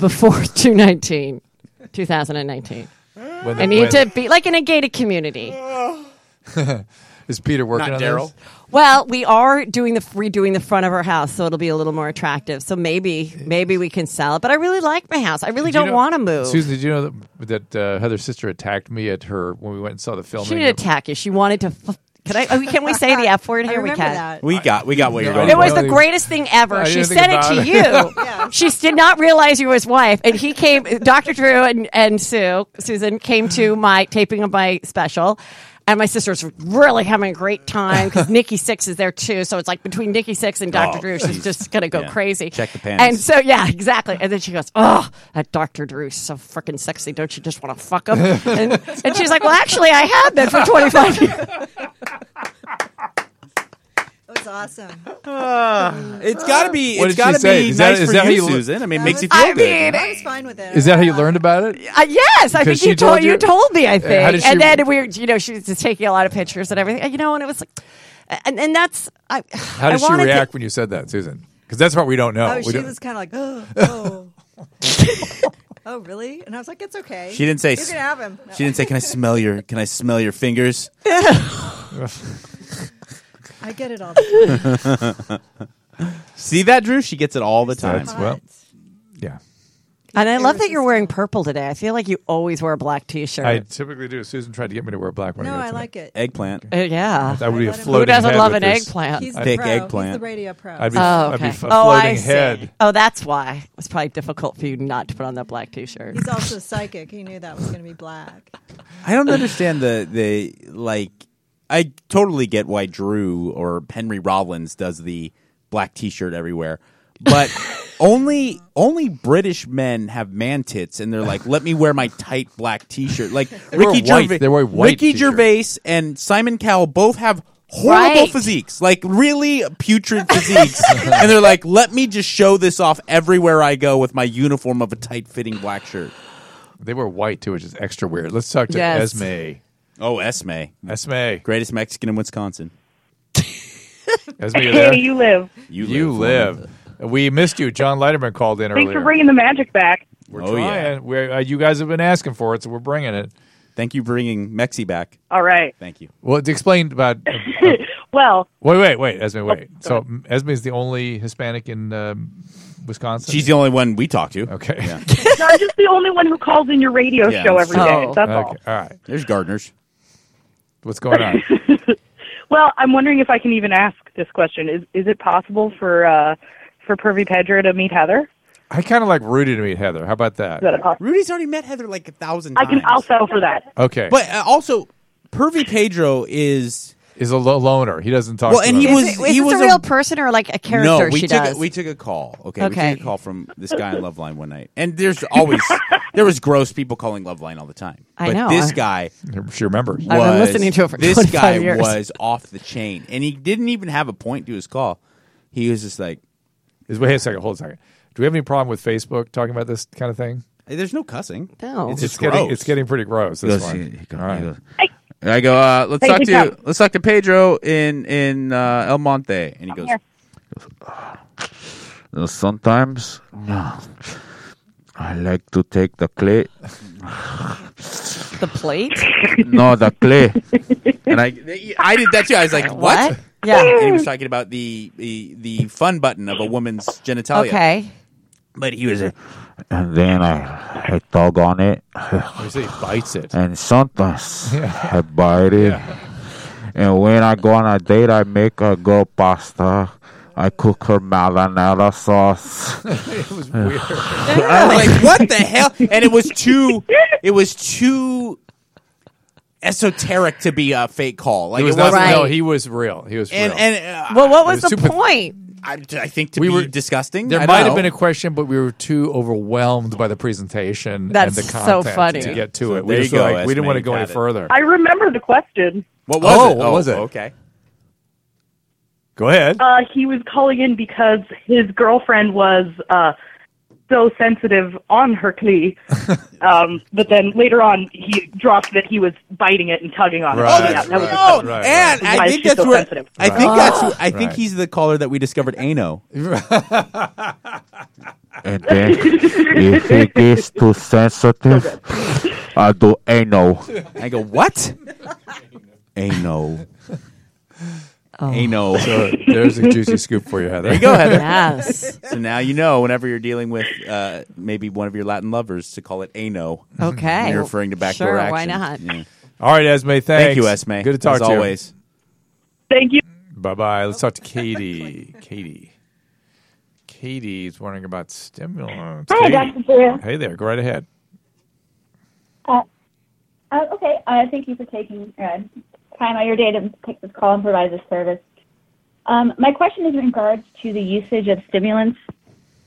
Speaker 4: before 2019, 2019.
Speaker 2: When,
Speaker 4: I need to be like in a gated community.
Speaker 2: Is Peter working
Speaker 1: Not
Speaker 2: on
Speaker 1: Daryl.
Speaker 2: this?
Speaker 4: Well, we are doing the redoing the front of our house, so it'll be a little more attractive. So maybe maybe we can sell it. But I really like my house. I really
Speaker 2: Did you
Speaker 4: don't
Speaker 2: know-
Speaker 4: want to move.
Speaker 2: Susan, did you know that, that uh, Heather's sister attacked me at her when we went and saw the filming?
Speaker 4: she didn't attack you. She wanted to. F- can I? oh, Can we say the F word
Speaker 5: I
Speaker 4: here? We
Speaker 5: remember
Speaker 4: can.
Speaker 5: that.
Speaker 1: We got we got what you're
Speaker 2: No,
Speaker 1: going.
Speaker 4: It
Speaker 2: I
Speaker 1: for.
Speaker 4: was the
Speaker 2: didn't-
Speaker 4: greatest thing ever.
Speaker 2: I
Speaker 4: She
Speaker 2: didn't think
Speaker 4: said it
Speaker 2: about
Speaker 4: to
Speaker 2: it.
Speaker 4: you.
Speaker 5: Yeah.
Speaker 4: She did not realize you were his wife. And he came, Dr. Drew and, and Sue, Susan came to my taping of my special. And my sister's really having a great time because Nikki Six is there too. So it's like between Nikki Six and Dr.
Speaker 1: Oh,
Speaker 4: Drew, she's
Speaker 1: geez.
Speaker 4: just going to go
Speaker 1: Yeah.
Speaker 4: crazy.
Speaker 1: Check the pants.
Speaker 4: And so, yeah, exactly. And then she goes, Oh, that Dr. Drew's so freaking sexy. Don't you just want to fuck him? And, and she's like, Well, actually, I have been for 25 years.
Speaker 5: It was awesome.
Speaker 1: It's got to be.
Speaker 2: What
Speaker 1: It's
Speaker 2: did she
Speaker 1: got to
Speaker 2: say?
Speaker 1: be
Speaker 2: Is that-
Speaker 1: nice
Speaker 2: is
Speaker 1: for
Speaker 2: that how
Speaker 1: you,
Speaker 2: you look?
Speaker 1: Susan. I mean, it makes you feel
Speaker 4: I
Speaker 1: good.
Speaker 4: mean,
Speaker 5: I was fine with it.
Speaker 2: Is that how you learned about it?
Speaker 4: Uh, yes, I think
Speaker 2: Because she
Speaker 4: you told,
Speaker 2: told you? Uh,
Speaker 4: you told me. I think,
Speaker 2: how did she-
Speaker 4: and then we, were, you know, she was just taking a lot of pictures and everything. You know, and it was like, and and that's I.
Speaker 2: How did
Speaker 4: I
Speaker 2: she
Speaker 4: wanted to-
Speaker 2: react when you said that, Susan? Because that's what we don't know.
Speaker 5: Oh,
Speaker 2: We
Speaker 5: she
Speaker 2: don't-
Speaker 5: was kind of like, oh, oh, oh, really? And I was like, it's okay.
Speaker 1: She didn't say.
Speaker 5: you can have him.
Speaker 1: She didn't say. Can I smell your? Can I smell your fingers?
Speaker 5: I get it all the time.
Speaker 1: See that, Drew? She gets it all the time.
Speaker 2: That's- well, yeah.
Speaker 4: and I love that you're wearing purple today. I feel like you always wear a black T-shirt.
Speaker 2: I typically do. Susan tried to get me to wear black when
Speaker 5: No,
Speaker 2: I,
Speaker 5: I like it.
Speaker 1: Eggplant.
Speaker 4: Uh, yeah,
Speaker 2: I would
Speaker 5: I
Speaker 2: be a
Speaker 5: let him-
Speaker 2: floating
Speaker 4: who doesn't
Speaker 2: head
Speaker 4: love
Speaker 2: with
Speaker 4: an
Speaker 2: this.
Speaker 4: eggplant?
Speaker 5: He's
Speaker 1: Big
Speaker 5: the pro.
Speaker 1: eggplant.
Speaker 5: He's the radio pro.
Speaker 2: I'd be,
Speaker 4: Oh,
Speaker 2: I'd be
Speaker 4: okay.
Speaker 2: f- a
Speaker 4: oh, I
Speaker 2: floating
Speaker 4: see.
Speaker 2: head.
Speaker 4: Oh, that's why it's probably difficult for you not to put on that black T-shirt.
Speaker 5: He's also psychic. He knew that was going to be black.
Speaker 1: I don't understand the the like. I totally get why Drew or Henry Rollins does the black T-shirt everywhere, but only only British men have man tits, and they're like, "Let me wear my tight black T-shirt." Like
Speaker 2: wear
Speaker 1: Ricky
Speaker 2: white-
Speaker 1: Gervais,
Speaker 2: they wear white
Speaker 1: Ricky
Speaker 2: T-shirt.
Speaker 1: Gervais and Simon Cowell both have horrible
Speaker 4: Right.
Speaker 1: physiques, like really putrid physiques, and they're like, "Let me just show this off everywhere I go with my uniform of a tight-fitting black shirt."
Speaker 2: They were white too, which is extra weird. Let's talk to
Speaker 4: Yes.
Speaker 2: Esme.
Speaker 1: Oh, Esme,
Speaker 2: Esme,
Speaker 1: greatest Mexican in Wisconsin.
Speaker 2: Esme, you there?
Speaker 6: you live.
Speaker 2: You live. We missed you. John Leiterman called in
Speaker 6: Thanks for
Speaker 2: earlier.
Speaker 6: bringing the magic back.
Speaker 2: we're
Speaker 1: Oh, yeah.
Speaker 2: trying. We're, uh, you guys have been asking for it, so we're bringing it.
Speaker 1: Thank you for bringing Mexi back.
Speaker 6: All right.
Speaker 1: Thank you.
Speaker 2: Well, it's explained about. uh, uh,
Speaker 6: Well,
Speaker 2: wait, wait, wait, Esme, wait. So mm, Esme is the only Hispanic in um, Wisconsin.
Speaker 1: She's the only one we talk to.
Speaker 2: okay.
Speaker 6: no, I'm just the only one who calls in your radio
Speaker 1: Yeah,
Speaker 6: show
Speaker 1: I'm
Speaker 6: every
Speaker 4: sorry.
Speaker 6: day.
Speaker 4: Oh.
Speaker 6: That's
Speaker 2: okay.
Speaker 6: all.
Speaker 2: All right.
Speaker 1: There's gardeners.
Speaker 2: What's going on?
Speaker 6: Well, I'm wondering if I can even ask this question. Is is it possible for uh, for Pervy Pedro to meet Heather?
Speaker 2: I kind of like Rudy to meet Heather. How about that?
Speaker 6: Is that possible?
Speaker 1: Rudy's already met Heather like a thousand
Speaker 6: I
Speaker 1: times.
Speaker 6: can. I'll settle for that.
Speaker 2: Okay,
Speaker 1: But uh, also, Pervy Pedro is
Speaker 2: is a lo- loner. He doesn't talk.
Speaker 1: well,
Speaker 2: to
Speaker 1: and he
Speaker 2: them.
Speaker 1: was
Speaker 4: Is, it- is
Speaker 1: he
Speaker 4: this
Speaker 1: was
Speaker 4: a real person or like a character
Speaker 1: no. We
Speaker 4: she
Speaker 1: took
Speaker 4: does?
Speaker 1: A, we took a call. Okay, we
Speaker 4: Okay.
Speaker 1: took a call from this guy on Loveline one night, and there's always there was gross people calling Loveline all the time.
Speaker 4: I
Speaker 1: but
Speaker 4: know.
Speaker 1: This
Speaker 4: I-
Speaker 1: guy
Speaker 2: She remembers.
Speaker 4: I've been
Speaker 1: was-
Speaker 4: listening to it for
Speaker 1: this
Speaker 4: 25
Speaker 1: guy
Speaker 4: years.
Speaker 1: was off the chain, and he didn't even have a point to his call. He was just like,
Speaker 2: Is wait a second. Hold a second. Do we have any problem with Facebook talking about this kind of thing?
Speaker 1: hey, "There's no cussing.
Speaker 4: No.
Speaker 1: it's, just
Speaker 4: It's
Speaker 2: It's getting
Speaker 1: gross.
Speaker 2: it's getting pretty gross. This
Speaker 1: goes-
Speaker 2: one.
Speaker 1: he- he go-
Speaker 2: All
Speaker 1: he
Speaker 2: right.
Speaker 1: goes- And I go, uh, let's
Speaker 6: Hey,
Speaker 1: talk
Speaker 6: good
Speaker 1: to
Speaker 6: job.
Speaker 1: let's talk to Pedro in in uh, El Monte, and he goes.
Speaker 6: here.
Speaker 7: Uh, Sometimes I like to take the clay.
Speaker 4: the plate?
Speaker 7: No, the clay.
Speaker 1: And I, I did that too. I was like, "What?"
Speaker 4: What? Yeah.
Speaker 1: And he was talking about the, the the fun button of a woman's
Speaker 2: Oh,
Speaker 1: genitalia.
Speaker 4: Okay.
Speaker 1: but he was. like,
Speaker 7: And then I, I tug on it.
Speaker 2: You say he bites it.
Speaker 7: And sometimes I bite it. And when I go on a date, I make her go pasta. I cook her marinara sauce.
Speaker 2: It was weird.
Speaker 1: I was like, "What the hell?" And it was too. It was too esoteric to be a fake call. Like it,
Speaker 2: He
Speaker 1: was
Speaker 2: was not,
Speaker 1: not
Speaker 4: wasn't-
Speaker 2: No,
Speaker 4: Right.
Speaker 2: he was real. He was
Speaker 1: And
Speaker 2: real.
Speaker 1: and uh,
Speaker 4: Well, what was,
Speaker 2: was
Speaker 4: the
Speaker 2: super-
Speaker 4: point?
Speaker 1: I, I think to
Speaker 2: We
Speaker 1: be
Speaker 2: were-
Speaker 1: disgusting.
Speaker 2: there
Speaker 1: I
Speaker 2: might
Speaker 1: don't
Speaker 2: have been
Speaker 1: know.
Speaker 2: a question, but we were too overwhelmed by the presentation
Speaker 4: That's
Speaker 2: and the
Speaker 4: so
Speaker 2: content
Speaker 4: funny.
Speaker 2: to
Speaker 4: Yeah.
Speaker 2: get to
Speaker 1: So
Speaker 2: it. We
Speaker 1: there
Speaker 2: just
Speaker 1: you
Speaker 2: were
Speaker 1: go,
Speaker 2: like, we didn't
Speaker 1: Esme,
Speaker 2: want to
Speaker 1: you
Speaker 2: go
Speaker 1: got
Speaker 2: any
Speaker 1: it.
Speaker 2: further.
Speaker 6: I remember the question.
Speaker 1: What was
Speaker 2: Oh,
Speaker 1: it?
Speaker 2: what was it?
Speaker 1: Okay.
Speaker 2: Go ahead.
Speaker 6: Uh, he was calling in because his girlfriend was uh, so sensitive on her clee. um, but then later on, he dropped that he was biting it and tugging on
Speaker 2: Right,
Speaker 6: it. Yeah, that was
Speaker 2: right.
Speaker 1: Oh,
Speaker 2: right.
Speaker 1: and I
Speaker 6: Why is
Speaker 1: think
Speaker 6: she
Speaker 1: that's
Speaker 6: so
Speaker 1: where
Speaker 6: sensitive?
Speaker 1: I think that's who, I think
Speaker 2: Right.
Speaker 1: he's the caller that we discovered. Ano.
Speaker 7: And then if it gets too sensitive, I do anal.
Speaker 1: I go what? Ano. Ano.
Speaker 2: So there's a juicy scoop for you, Heather.
Speaker 1: There you go, Heather.
Speaker 4: Yes.
Speaker 1: So now you know whenever you're dealing with uh, maybe one of your Latin lovers to call it ano.
Speaker 4: Okay.
Speaker 1: When you're referring to backdoor
Speaker 4: sure,
Speaker 1: action.
Speaker 4: Why not?
Speaker 1: Yeah.
Speaker 2: All right, Esme. Thanks.
Speaker 1: Thank you, Esme.
Speaker 2: Good to talk
Speaker 1: As
Speaker 2: to you.
Speaker 1: always.
Speaker 6: Thank you.
Speaker 2: Bye bye. Let's talk to Katie. Katie. Katie's wondering about stimulants.
Speaker 8: Hi,
Speaker 2: Katie.
Speaker 8: Dr. Drew.
Speaker 2: Hey there. Go right ahead.
Speaker 8: Uh, okay, uh, thank you for taking uh, time out of your day to take this call and provide this service. Um, my question is in regards to the usage of stimulants,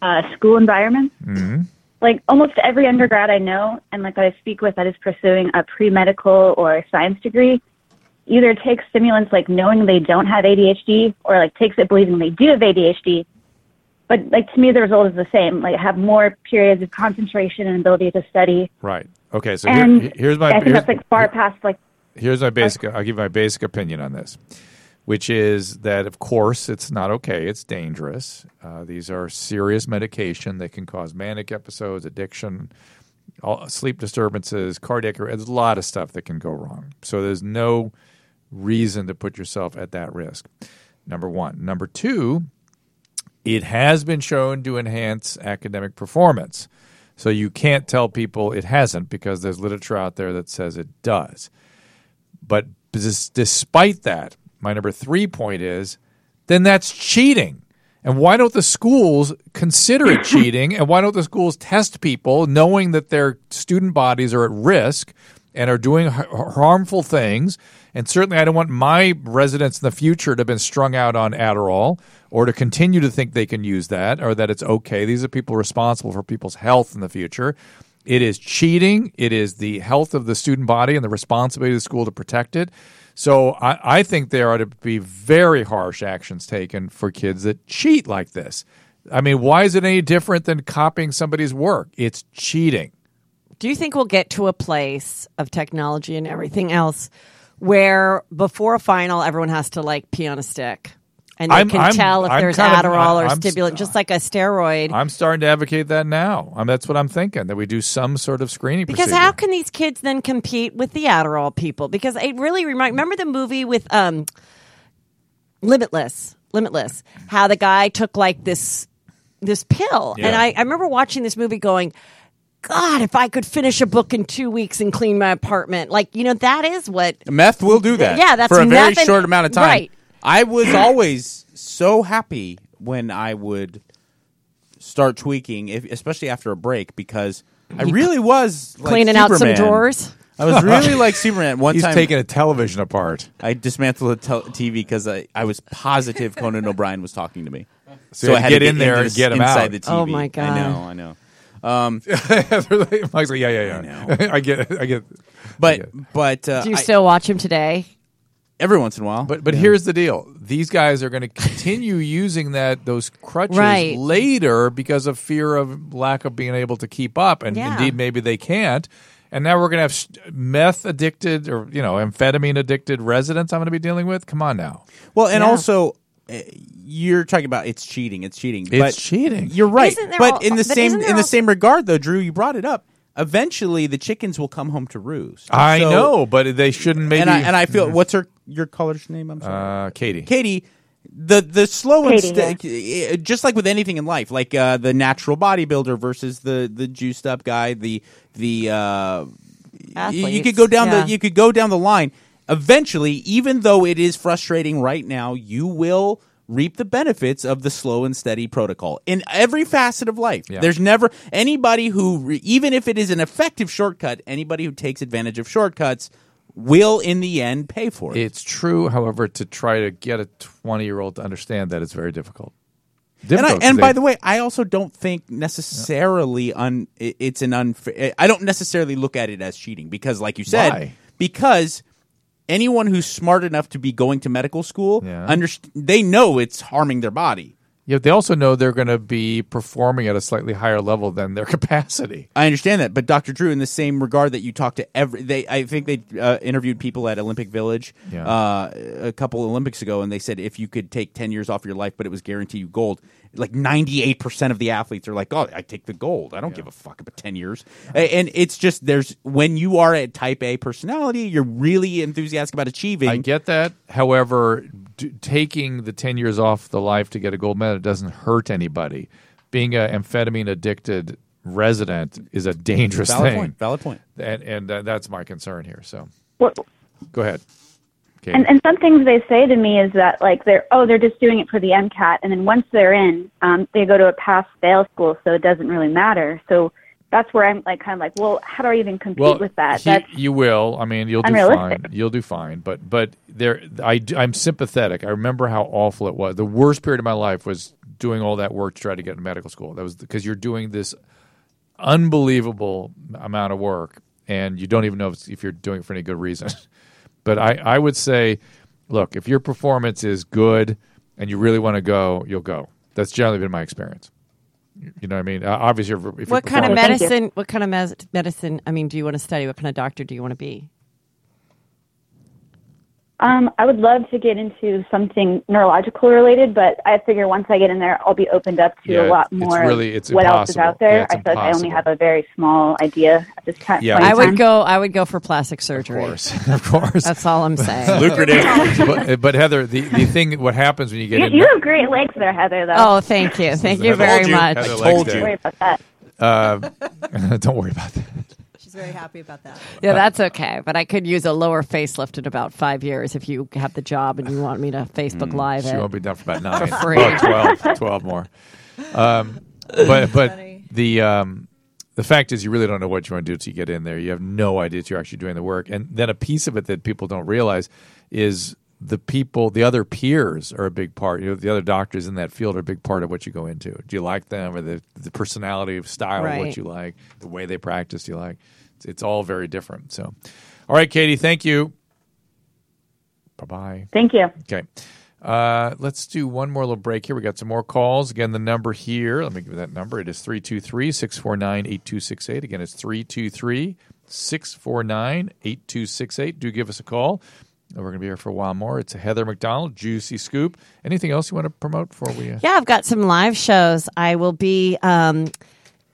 Speaker 8: uh, school environments. Like almost every undergrad I know and like I speak with that is pursuing a pre-medical or science degree either takes stimulants like knowing they don't have ADHD or like takes it believing they do have ADHD. But like to me, the result is the same. Like have more periods of concentration and ability to study
Speaker 2: Right. Okay. So
Speaker 8: and
Speaker 2: here, here's my
Speaker 8: I think
Speaker 2: here's,
Speaker 8: that's like far past like
Speaker 2: here's my basic. I'll give my basic opinion on this, which is that of course it's not okay. It's dangerous. Uh, these are serious medication that can cause manic episodes, addiction, all, sleep disturbances, cardiac. arrest. There's a lot of stuff that can go wrong. So there's no reason to put yourself at that risk. Number one. Number two. it has been shown to enhance academic performance. So you can't tell people it hasn't because there's literature out there that says it does. But des- despite that, my number three point is then that's cheating. And why don't the schools consider it cheating? And why don't the schools test people knowing that their student bodies are at risk and are doing har- harmful things? And certainly, I don't want my residents in the future to have been strung out on Adderall or to continue to think they can use that or that it's okay. These are people responsible for people's health in the future. It is cheating. It is the health of the student body and the responsibility of the school to protect it. So I, I think there ought to be very harsh actions taken for kids that cheat like this. I mean, why is it any different than copying somebody's work? It's cheating.
Speaker 4: Do you think we'll get to a place of technology and everything else where before a final everyone has to like pee on a stick? And they
Speaker 2: I'm-
Speaker 4: can
Speaker 2: I'm-
Speaker 4: tell if
Speaker 2: I'm
Speaker 4: there's
Speaker 2: kind of-
Speaker 4: Adderall or
Speaker 2: I'm-
Speaker 4: stimulant, just like a steroid.
Speaker 2: I'm starting to advocate that now. I mean, that's what I'm thinking that we do some sort of screening
Speaker 4: Because
Speaker 2: procedure.
Speaker 4: how can these kids then compete with the Adderall people? Because it really remind remember the movie with um, Limitless, Limitless, how the guy took like this this pill, and
Speaker 2: Yeah.
Speaker 4: I, I remember watching this movie going. God, if I could finish a book in two weeks and clean my apartment, like you know, that is what
Speaker 1: Meth will do that.
Speaker 4: Yeah, that's
Speaker 1: for a very
Speaker 4: nothing-
Speaker 1: short amount of time.
Speaker 4: Right.
Speaker 1: I was always so happy when I would start tweaking, if, especially after a break, because I really was like
Speaker 4: Cleaning out some
Speaker 1: Superman.
Speaker 4: drawers?
Speaker 1: I was really like Superman. One
Speaker 2: He's
Speaker 1: time,
Speaker 2: taking a television apart.
Speaker 1: I dismantled the tel- TV because I, I was positive Conan O'Brien was talking to me.
Speaker 2: So you
Speaker 1: I
Speaker 2: had to get in there and
Speaker 1: this-
Speaker 2: get him
Speaker 1: inside
Speaker 2: out.
Speaker 1: the TV.
Speaker 4: Oh my
Speaker 1: I
Speaker 4: God.
Speaker 1: know, I know. Um,
Speaker 2: Mike's like, yeah, yeah, yeah. I, get, it, I get. it.
Speaker 1: but but uh,
Speaker 4: Do you
Speaker 1: I-
Speaker 4: still watch him today?
Speaker 1: every once in a while.
Speaker 2: But but here's the deal: these guys are going to continue using that those crutches
Speaker 4: Right.
Speaker 2: later because of fear of lack of being able to keep up, and
Speaker 4: Yeah.
Speaker 2: indeed maybe they can't. And now we're going to have st- meth addicted or you know amphetamine addicted residents. I'm going to be dealing with. Come on now,
Speaker 1: Well, and
Speaker 4: Yeah.
Speaker 1: also uh, you're talking about it's cheating. It's cheating.
Speaker 2: It's
Speaker 1: but
Speaker 2: cheating.
Speaker 1: You're right.
Speaker 4: Isn't there
Speaker 1: But
Speaker 4: al-
Speaker 1: in the
Speaker 4: but
Speaker 1: same
Speaker 4: isn't
Speaker 1: in
Speaker 4: there
Speaker 1: the
Speaker 4: al-
Speaker 1: same regard, though, Drew, you brought it up. Eventually, the chickens will come home to roost.
Speaker 2: I
Speaker 1: So-
Speaker 2: know, but they shouldn't maybe.
Speaker 1: And I and I feel what's her your color's name? I'm sorry,
Speaker 2: uh, Katie.
Speaker 1: Katie. The the slow and
Speaker 8: Katie,
Speaker 1: st- eh, just like with anything in life, like uh, the natural bodybuilder versus the the juiced up guy, the the uh, y- you could
Speaker 4: Athletes,
Speaker 1: go down
Speaker 4: yeah.
Speaker 1: the you could go down the line. Eventually, even though it is frustrating right now, you will reap the benefits of the slow and steady protocol in every facet of life. There's never anybody who, re- even if it is an effective shortcut, anybody who takes advantage of shortcuts will, in the end, pay for it.
Speaker 2: It's true, however, to try to get a 20 year old to understand that it's very difficult.
Speaker 1: and I,
Speaker 2: Difficult, 'cause
Speaker 1: and by
Speaker 2: they-
Speaker 1: the way, I also don't think necessarily un, i- it's an unfair. I don't necessarily look at it as cheating because, like you said,
Speaker 2: Why?
Speaker 1: because anyone who's smart enough to be going to medical school,
Speaker 2: Yeah.
Speaker 1: underst- they know it's harming their body.
Speaker 2: Yeah, they also know they're going to be performing at a slightly higher level than their capacity.
Speaker 1: I understand that, but Dr. Drew, in the same regard that you talked to every, they I think they uh, interviewed people at Olympic Village
Speaker 2: Yeah.
Speaker 1: uh, a couple Olympics ago, and they said if you could take ten years off your life, but it was guaranteed you gold. Like ninety eight percent of the athletes are like, oh, I take the gold. I don't give a fuck about ten years. A- And it's just there's when you are a Type A personality, you're really enthusiastic about achieving.
Speaker 2: I get that. However, d- taking the 10 years off the life to get a gold medal doesn't hurt anybody. Being an amphetamine addicted resident is a dangerous
Speaker 1: valid
Speaker 2: thing.
Speaker 1: point. Valid point.
Speaker 2: And, and uh, that's my concern here. So
Speaker 8: What,
Speaker 2: go ahead. Katie.
Speaker 8: And and some things they say to me is that like they're oh they're just doing it for the MCAT, and then once they're in, um, they go to a pass fail school, so it doesn't really matter. So that's where I'm like kind of like, well, how do I even compete
Speaker 2: well,
Speaker 8: with that?
Speaker 2: he-
Speaker 8: that's
Speaker 2: you will. I mean, you'll do
Speaker 8: unrealistic.
Speaker 2: fine. You'll do fine. But but there, I am sympathetic. I remember how awful it was. The worst period of my life was doing all that work to try to get into medical school. That was because you're doing this unbelievable amount of work, and you don't even know if, it's- if you're doing it for any good reason. but I I would say, look, if your performance is good and you really want to go, you'll go. That's generally been my experience. You know what I mean? Uh, Obviously, if your
Speaker 4: What kind of
Speaker 2: performance-
Speaker 8: Thank you.
Speaker 4: medicine? What kind of mes- medicine? I mean, do you want to study? What kind of doctor do you want to be?
Speaker 8: um, I would love to get into something neurological related, but I figure once I get in there, I'll be opened up to
Speaker 2: Yeah,
Speaker 8: a lot
Speaker 2: it's
Speaker 8: more. of
Speaker 2: really- it's
Speaker 8: what else is
Speaker 2: impossible.
Speaker 8: out there?
Speaker 2: Yeah, it's
Speaker 8: I feel like I only
Speaker 2: impossible.
Speaker 8: have a very small idea at this time.
Speaker 2: Yeah,
Speaker 8: point in
Speaker 4: I would
Speaker 8: time.
Speaker 4: go. I would go for plastic surgery.
Speaker 2: Of course, of course.
Speaker 4: That's all I'm saying.
Speaker 1: Lucrative.
Speaker 2: but, but Heather, the, the thing what happens when you get
Speaker 8: You,
Speaker 2: in
Speaker 8: you have great legs there, Heather. Though.
Speaker 4: oh, thank you, thank you
Speaker 2: Heather-
Speaker 4: very
Speaker 2: Told you.
Speaker 4: much.
Speaker 2: Heather
Speaker 8: Don't
Speaker 2: Legs Day.
Speaker 8: worry about that.
Speaker 2: uh, don't worry about that.
Speaker 5: She's very happy about that.
Speaker 4: Yeah, that's okay. But I could use a lower facelift in about five years if you have the job and you want me to
Speaker 2: Mm,
Speaker 4: Facebook Live
Speaker 2: She
Speaker 4: it.
Speaker 2: won't be done for about nine,
Speaker 4: free.
Speaker 2: well, 12, 12 more. Um, but but the um, the fact is, you really don't know what you want to do till you get in there. You have no idea that you're actually doing the work, and then a piece of it that people don't realize is the people, the other peers are a big part. You know, the other doctors in that field are a big part of what you go into. Do you like them, or the the personality of style, of what
Speaker 4: Right.
Speaker 2: you like, the way they practice, you like. It's, it's all very different. So, all right, Katie, thank you. Bye bye.
Speaker 8: Thank you.
Speaker 2: Okay. Uh, let's do one more little break here. We got some more calls. Again, the number here, let me give you that number. It is 323 649 8268. Again, it's 323 649 8268. Do give us a call. Uh, We're going to be here for a while more. It's a Heather McDonald, Juicy Scoop. Anything else you want to promote before we. Uh,
Speaker 4: Yeah, I've got some live shows. I will be um,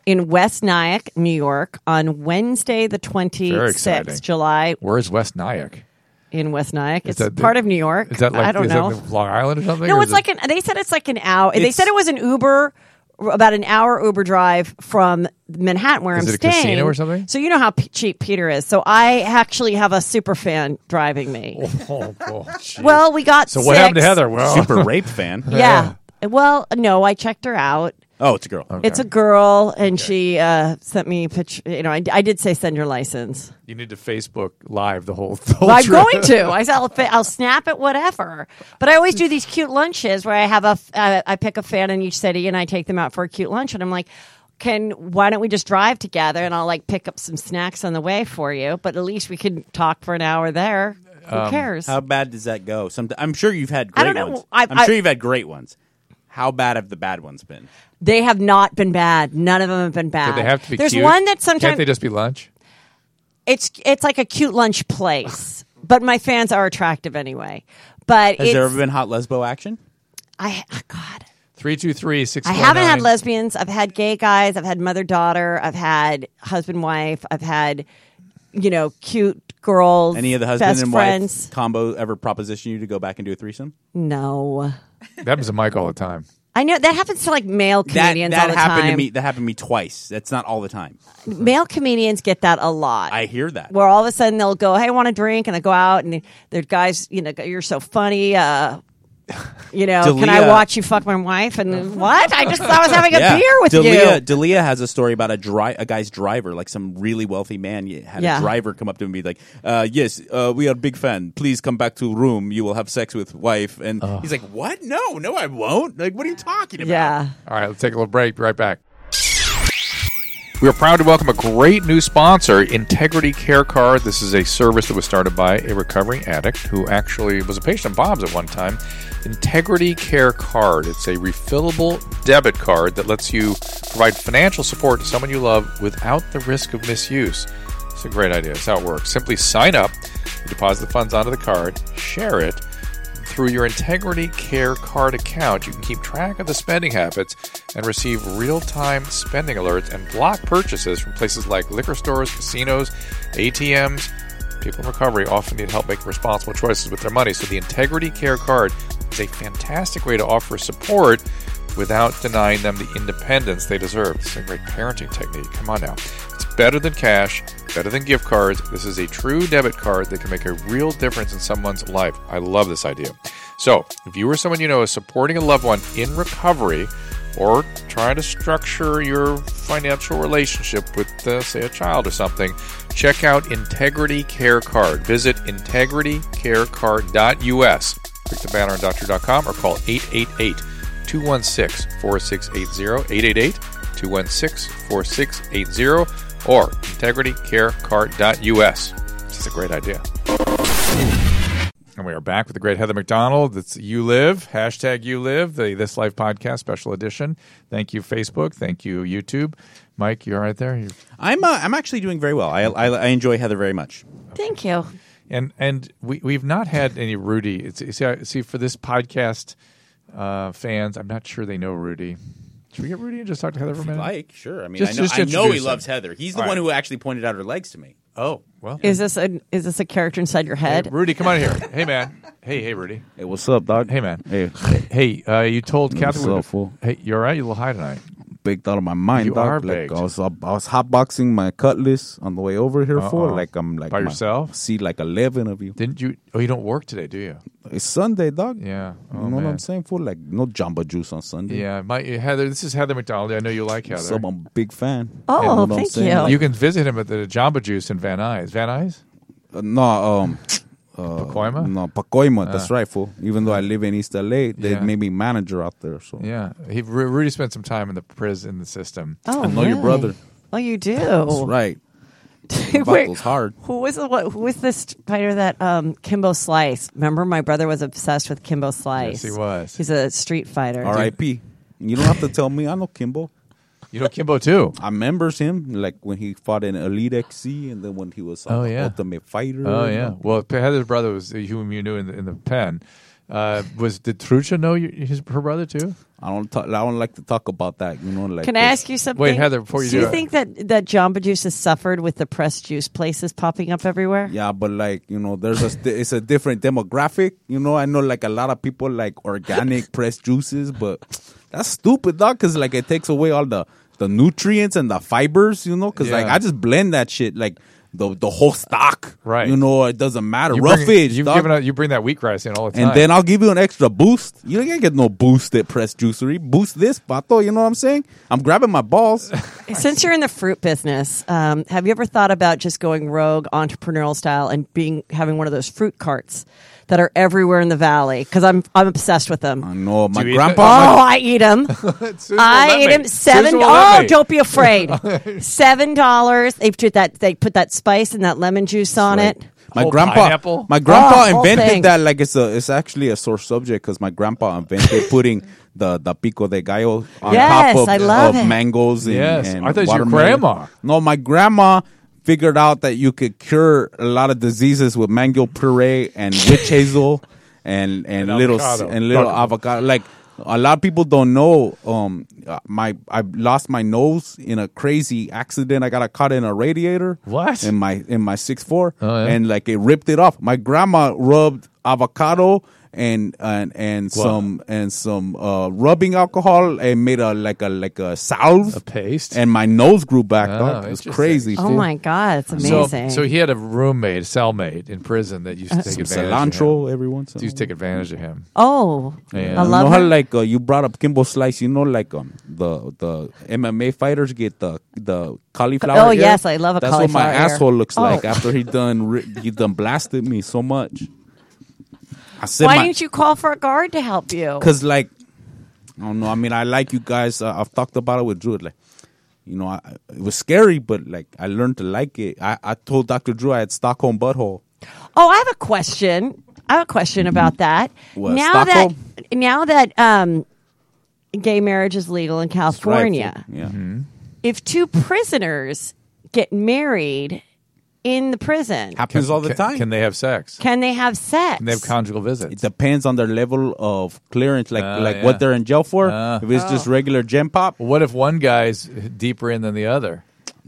Speaker 4: in West Nyack, New York, on Wednesday, the
Speaker 2: Very exciting.
Speaker 4: 26th July.
Speaker 2: Where's West Nyack?
Speaker 4: In West Nyack, it's
Speaker 2: that the-
Speaker 4: part of New York.
Speaker 2: Is that like
Speaker 4: I don't
Speaker 2: is
Speaker 4: know.
Speaker 2: That Long Island or something?
Speaker 4: No,
Speaker 2: or
Speaker 4: it's
Speaker 2: is
Speaker 4: like
Speaker 2: it-
Speaker 4: an. They said it's like an hour. They
Speaker 1: It's-
Speaker 4: said it was an Uber about an hour Uber drive from Manhattan where
Speaker 2: Is
Speaker 4: I'm
Speaker 2: it a
Speaker 4: staying.
Speaker 2: casino or something?
Speaker 4: So you know how p- cheap Peter is. So I actually have a super fan driving me.
Speaker 2: Oh, oh, geez.
Speaker 4: Well, we got
Speaker 2: So what happened to
Speaker 4: six.
Speaker 2: Heather? Well,
Speaker 1: Super rape fan.
Speaker 4: yeah. Well, no, I checked her out.
Speaker 1: Oh, it's a girl.
Speaker 4: It's a girl, and she uh, sent me a picture. You know, I, I did say send your license.
Speaker 2: You need to Facebook Live the whole. The whole
Speaker 4: Well, I'm
Speaker 2: trip.
Speaker 4: going to. I said, I'll, fi- I'll snap it, whatever. But I always do these cute lunches where I have a, f- uh, I pick a fan in each city and I take them out for a cute lunch. And I'm like, can why don't we just drive together and I'll like pick up some snacks on the way for you? But at least we can talk for an hour there. Who
Speaker 2: Um,
Speaker 4: cares?
Speaker 1: How bad does that go? Some, I'm sure you've had great
Speaker 4: I don't know.
Speaker 1: ones.
Speaker 4: I-
Speaker 1: am
Speaker 4: I-
Speaker 1: sure you've had great ones. How bad have the bad ones been?
Speaker 4: they have not been bad. None of them have been bad.
Speaker 2: Do they have to be.
Speaker 4: There's
Speaker 2: cute?
Speaker 4: one that
Speaker 2: Can't
Speaker 4: sometimes
Speaker 2: they just be lunch?
Speaker 4: it's it's like a cute lunch place. but my fans are attractive anyway. But
Speaker 1: Has
Speaker 4: it's,
Speaker 1: there ever been hot lesbo action?
Speaker 4: I oh, God.
Speaker 2: Three two three six.
Speaker 4: I haven't had lesbians. I've had gay guys. I've had mother daughter. I've had husband wife. I've had, you know, cute girls.
Speaker 1: Any of the husband
Speaker 4: best
Speaker 1: and
Speaker 4: friends.
Speaker 1: wife combo ever proposition you to go back and do a threesome?
Speaker 4: No,
Speaker 2: That happens to Mike all the time.
Speaker 4: I know that happens to like male
Speaker 1: That,
Speaker 4: comedians
Speaker 1: that
Speaker 4: all the
Speaker 1: happened
Speaker 4: time.
Speaker 1: to me. That happened to me twice. That's not all the time.
Speaker 4: Male comedians get that a lot.
Speaker 1: I hear that.
Speaker 4: where all of a sudden they'll go, "Hey, want a drink?" and they go out and their guys, you know, go, "You're so funny." Uh, you know, can I
Speaker 1: Dalia-
Speaker 4: watch you fuck my wife? And what? I just thought I was having a
Speaker 1: yeah.
Speaker 4: beer with
Speaker 1: Dalia,
Speaker 4: you.
Speaker 1: Dalia has a story about a dri- a guy's driver, like some really wealthy man y- had
Speaker 4: Yeah.
Speaker 1: a driver come up to him and be like, uh, "Yes, uh, we are big fan. Please come back to room. You will have sex with wife." And he's like, "What? No, no, I won't. Like, what are you talking about?"
Speaker 4: Yeah.
Speaker 2: All right, let's take a little break. Be right back. We are proud to welcome a great new sponsor, Integrity Care Card. This is a service that was started by a recovering addict who actually was a patient of Bob's at one time. Integrity Care Card. It's a refillable debit card that lets you provide financial support to someone you love without the risk of misuse. It's a great idea. It's how it works. Simply sign up, you deposit the funds onto the card, share it. Through your Integrity Care Card account, you can keep track of the spending habits and receive real time spending alerts and block purchases from places like liquor stores, casinos, ATMs. People in recovery often need help making responsible choices with their money, so the Integrity Care Card is a fantastic way to offer support without denying them the independence they deserve. This is a great parenting technique. Come on now. It's better than cash, better than gift cards. This is a true debit card that can make a real difference in someone's life. I love this idea. So, if you or someone you know is supporting a loved one in recovery or trying to structure your financial relationship with, uh, say, a child or something, check out Integrity Care Card. Visit integritycarecard.us. Click the banner on doctor.com or call 888- 216 4680 888 216 4680 or integritycarecard.us. This is a great idea. And we are back with the great Heather McDonald. That's You Live, hashtag You Live, the This Life podcast special edition. Thank you, Facebook. Thank you, YouTube. Mike, you all right there? You-
Speaker 1: I'm uh, I'm actually doing very well. I, I I enjoy Heather very much.
Speaker 4: Thank you.
Speaker 2: And and we, we've not had any Rudy. It's, see, I- see, for this podcast uh, fans, I'm not sure they know Rudy. Should we get Rudy and just talk to Heather for a minute?
Speaker 1: Like, sure. I mean,
Speaker 2: Just-
Speaker 1: I know,
Speaker 2: just
Speaker 1: I know he
Speaker 2: introduce him.
Speaker 1: loves Heather. He's the
Speaker 2: All
Speaker 1: one
Speaker 2: right.
Speaker 1: who actually pointed out her legs to me.
Speaker 2: Oh, well.
Speaker 4: Is this a is this a character inside your head?
Speaker 2: Rudy, come on here. Hey, man. Hey, hey, Rudy.
Speaker 7: Hey, what's up, dog?
Speaker 2: Hey, man.
Speaker 7: Hey,
Speaker 2: Hey, uh, you told
Speaker 7: What's
Speaker 2: Catherine.
Speaker 7: up, fool?
Speaker 2: Hey, you're right. You look high tonight.
Speaker 7: baked out of my mind,
Speaker 2: You
Speaker 7: dog.
Speaker 2: are
Speaker 7: like,
Speaker 2: baked.
Speaker 7: I was, I was hotboxing my cutlass on the way over here for.
Speaker 2: Uh-oh.
Speaker 7: Like, I'm like,
Speaker 2: By
Speaker 7: my-
Speaker 2: yourself?
Speaker 7: See, like 11 of you.
Speaker 2: Didn't you? Oh, you don't work today, do you?
Speaker 7: It's Sunday, dog.
Speaker 2: Yeah. Oh,
Speaker 7: You know what
Speaker 2: man.
Speaker 7: I'm saying? For like, no Jamba Juice on Sunday.
Speaker 2: Yeah, my Heather. This is Heather McDonald. I know you like Heather.
Speaker 7: So I'm a big fan.
Speaker 4: Oh,
Speaker 7: know what I'm
Speaker 4: thank
Speaker 7: saying?
Speaker 4: you.
Speaker 2: you can visit him at the Jamba Juice in Van Nuys. Van Nuys?
Speaker 7: Uh, no, um,
Speaker 2: Pacoima? Uh.
Speaker 7: no, Pacoima. that's right, fool. Even though I live in East LA, they
Speaker 2: Yeah.
Speaker 7: made me manager out there. So
Speaker 2: Yeah. He Ru- Rudy spent some time in the prison the system.
Speaker 4: Oh,
Speaker 7: I know your
Speaker 4: really?
Speaker 7: brother.
Speaker 4: Oh, you do.
Speaker 7: That's right.
Speaker 4: Wait,
Speaker 7: Buckle's hard.
Speaker 4: Who was the what, who was this fighter that um, Kimbo Slice? Remember, my brother was obsessed with Kimbo Slice.
Speaker 2: Yes, he was.
Speaker 4: He's a street fighter.
Speaker 7: R.I.P. You don't have to tell me. I know Kimbo.
Speaker 2: You know Kimbo too.
Speaker 7: I remembers him like when he fought in Elite XC, and then when he was on
Speaker 2: Oh, yeah.
Speaker 7: Ultimate Fighter.
Speaker 2: Oh
Speaker 7: you
Speaker 2: yeah.
Speaker 7: know?
Speaker 2: Well, Heather's brother was whom you knew in the, in the pen. Uh, was did Trucha know you, his her brother too?
Speaker 7: I don't. Talk, I don't like to talk about that. You know, like
Speaker 4: Can I ask you something?
Speaker 2: Heather, before you
Speaker 4: do
Speaker 2: do
Speaker 4: you
Speaker 2: it.
Speaker 4: think that that Jamba Juice has suffered with the pressed juice places popping up everywhere?
Speaker 7: Yeah, but like you know, there's a st- it's a different demographic. You know, I know like a lot of people like organic pressed juices, but That's stupid, dog. Because like it takes away all the the nutrients and the fibers, you know. Because like
Speaker 2: Yeah.
Speaker 7: I just blend that shit like the the whole stock,
Speaker 2: Right.
Speaker 7: You know, it doesn't matter.
Speaker 2: You bring-
Speaker 7: Roughage,
Speaker 2: You've
Speaker 7: dog.
Speaker 2: given out, you bring that wheat rice in all the time.
Speaker 7: And then I'll give you an extra boost. You ain't gonna get no boost at Press Juicery. Boost this, pato. You know what I'm saying? I'm grabbing my balls.
Speaker 4: Since you're in the fruit business, um, have you ever thought about just going rogue, entrepreneurial style, and being having one of those fruit carts that are everywhere in the valley? Because I'm I'm obsessed with them.
Speaker 7: I know my
Speaker 2: Do you eat
Speaker 4: Oh,
Speaker 7: grandpa.
Speaker 4: I eat them. I
Speaker 2: let
Speaker 4: eat
Speaker 2: me.
Speaker 4: them seven.
Speaker 2: Susan will let
Speaker 4: Oh,
Speaker 2: me.
Speaker 4: don't be afraid. seven dollars. They put that. They put that spice and that lemon juice on it.
Speaker 7: My
Speaker 2: Whole
Speaker 7: grandpa,
Speaker 2: pineapple?
Speaker 7: my grandpa
Speaker 4: Oh, whole
Speaker 7: invented
Speaker 4: thing.
Speaker 7: that. Like it's a, it's actually a sore subject because my grandpa invented putting the the pico de gallo on
Speaker 4: Yes,
Speaker 7: top of,
Speaker 4: I love
Speaker 7: of
Speaker 4: it.
Speaker 7: mangoes. And,
Speaker 2: Yes,
Speaker 7: and
Speaker 2: I thought it was your
Speaker 7: watermelon.
Speaker 2: grandma.
Speaker 7: No, my grandma figured out that you could cure a lot of diseases with mango puree and witch hazel and and,
Speaker 2: And
Speaker 7: little
Speaker 2: avocado.
Speaker 7: and little avocado. Like a lot of people don't know. Um, uh, my I lost my nose in a crazy accident. I got caught in a radiator.
Speaker 2: What?
Speaker 7: in my in my six four
Speaker 2: Oh, yeah.
Speaker 7: and like it ripped it off. My grandma rubbed avocado and and and some and some uh, rubbing alcohol and made a like a like a salve
Speaker 2: A paste?
Speaker 7: and my nose grew back. dog. It was
Speaker 2: interesting.
Speaker 7: crazy.
Speaker 4: Oh
Speaker 7: fool.
Speaker 4: my god, it's
Speaker 2: so,
Speaker 4: amazing.
Speaker 2: so he had a roommate, a cellmate in prison that used to take
Speaker 7: Some
Speaker 2: advantage of him.
Speaker 7: cilantro, everyone.
Speaker 2: Used to take advantage of him.
Speaker 4: oh,
Speaker 2: Yeah.
Speaker 4: I
Speaker 2: You
Speaker 7: You
Speaker 4: love
Speaker 7: know how
Speaker 4: it.
Speaker 7: like uh, you brought up Kimbo Slice. You know, like um the the MMA fighters get the the cauliflower.
Speaker 4: Oh,
Speaker 7: ear?
Speaker 4: yes, I love a
Speaker 7: That's
Speaker 4: cauliflower
Speaker 7: what my
Speaker 4: ear.
Speaker 7: asshole looks
Speaker 4: Oh.
Speaker 7: like after he done ri- he done blasted me so much. I said
Speaker 4: Why
Speaker 7: my,
Speaker 4: didn't you call for a guard to help you?
Speaker 7: Because like, I don't know. I mean, I like you guys. Uh, I've talked about it with Drew. Like, you know, I, it was scary, but like, I learned to like it. I, I told Dr. Drew I had Stockholm butthole.
Speaker 4: Oh, I have a question. I have a question about that.
Speaker 7: What,
Speaker 4: now
Speaker 7: Stockholm?
Speaker 4: that now that um, gay marriage is legal in California,
Speaker 7: Yeah.
Speaker 2: Mm-hmm.
Speaker 4: if two prisoners get married in the prison,
Speaker 7: Happens all the
Speaker 2: Can-
Speaker 7: time.
Speaker 2: Can they have sex?
Speaker 4: can they have sex?
Speaker 2: Can they have conjugal visits?
Speaker 7: it depends on their level of clearance, like
Speaker 2: Ah,
Speaker 7: like
Speaker 2: yeah. Ah.
Speaker 7: what they're in jail for. if it's just
Speaker 4: Oh.
Speaker 7: regular gem pop,
Speaker 2: Well, what if one guy's deeper in than the other?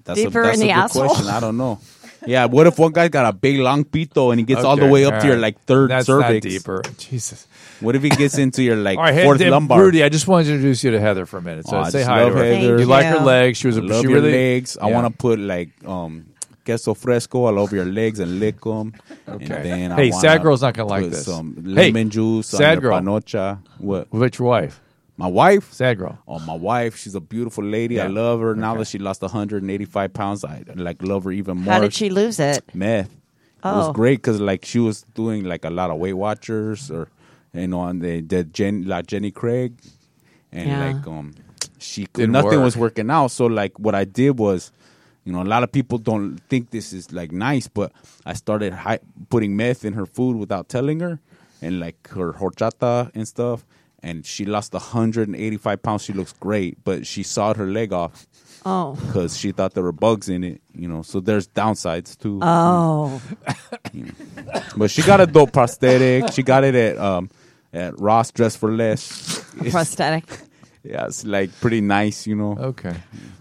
Speaker 7: that's
Speaker 4: Deeper
Speaker 7: a, that's
Speaker 4: in
Speaker 7: a
Speaker 4: the
Speaker 7: good
Speaker 4: asshole?
Speaker 7: question. I don't know. Yeah, what if one guy got a big long pito and he gets all the
Speaker 2: Okay,
Speaker 7: way up
Speaker 2: all
Speaker 7: to your
Speaker 2: right.
Speaker 7: like third
Speaker 2: That's not
Speaker 7: cervix?
Speaker 2: deeper. Jesus.
Speaker 7: What if he gets into your like
Speaker 2: All right,
Speaker 7: fourth
Speaker 2: Heather,
Speaker 7: lumbar?
Speaker 2: Rudy. I just wanted to introduce you to Heather for a minute. So
Speaker 7: Aw, I
Speaker 2: say
Speaker 7: just
Speaker 2: hi
Speaker 7: love
Speaker 2: to her.
Speaker 7: Heather.
Speaker 2: You
Speaker 4: Thank
Speaker 2: like
Speaker 4: you.
Speaker 2: her legs. She was a
Speaker 7: I love
Speaker 2: she
Speaker 7: your
Speaker 2: really,
Speaker 7: legs. I
Speaker 2: Yeah.
Speaker 7: want to put like um queso fresco all over your legs and lick them. And then I
Speaker 2: Hey,
Speaker 7: wanna
Speaker 2: sad girl's not gonna like
Speaker 7: put
Speaker 2: this.
Speaker 7: Some
Speaker 2: Hey,
Speaker 7: lemon juice. on
Speaker 2: sad
Speaker 7: your
Speaker 2: girl.
Speaker 7: Panocha. What?
Speaker 2: What's your wife?
Speaker 7: My wife.
Speaker 2: Sad girl.
Speaker 7: Oh, my wife. She's a beautiful lady. I
Speaker 2: Yeah.
Speaker 7: love her. Now that she lost 185 pounds, I like love her even more.
Speaker 4: How did she lose it?
Speaker 7: Meth. It
Speaker 4: Oh.
Speaker 7: was great because like she was doing like a lot of Weight Watchers or you know and they did Jen like Jenny Craig and
Speaker 4: Yeah.
Speaker 7: like um she could,
Speaker 2: Didn't
Speaker 7: nothing
Speaker 2: work.
Speaker 7: was working out. So like what I did was, you know, a lot of people don't think this is like nice, but I started hi- putting meth in her food without telling her, and like her horchata and stuff. And she lost 185 pounds. She looks great, but she sawed her leg off
Speaker 4: Oh,
Speaker 7: because she thought there were bugs in it. You know, so there's downsides too.
Speaker 4: oh,
Speaker 7: But she got a dope prosthetic. She got it at um at Ross Dress for Less.
Speaker 4: a
Speaker 7: It's,
Speaker 4: prosthetic.
Speaker 7: yeah, it's like pretty nice, you know.
Speaker 2: Okay.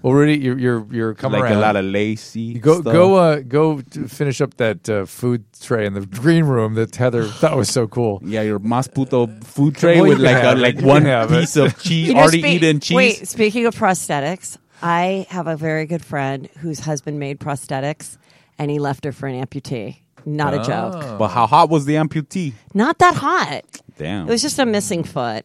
Speaker 2: Well, Rudy, you're you're, you're coming
Speaker 7: Like
Speaker 2: around.
Speaker 7: a lot of lacy.
Speaker 2: Go
Speaker 7: stuff.
Speaker 2: go uh, go to finish up that uh, food tray in the green room that Heather thought was so cool.
Speaker 7: Yeah, your mas puto food tray
Speaker 2: Well, you
Speaker 7: with
Speaker 2: can
Speaker 7: like
Speaker 2: have
Speaker 7: a,
Speaker 2: it.
Speaker 7: like
Speaker 2: You can
Speaker 7: one
Speaker 2: have it.
Speaker 7: piece of cheese,
Speaker 4: You know,
Speaker 7: already
Speaker 4: spe-
Speaker 7: eaten cheese.
Speaker 4: Wait, speaking of prosthetics, I have a very good friend whose husband made prosthetics, and he left her for an amputee. Not
Speaker 7: Oh.
Speaker 4: a joke.
Speaker 7: But how hot was the amputee?
Speaker 4: Not that hot.
Speaker 7: Damn.
Speaker 4: It was just a missing foot.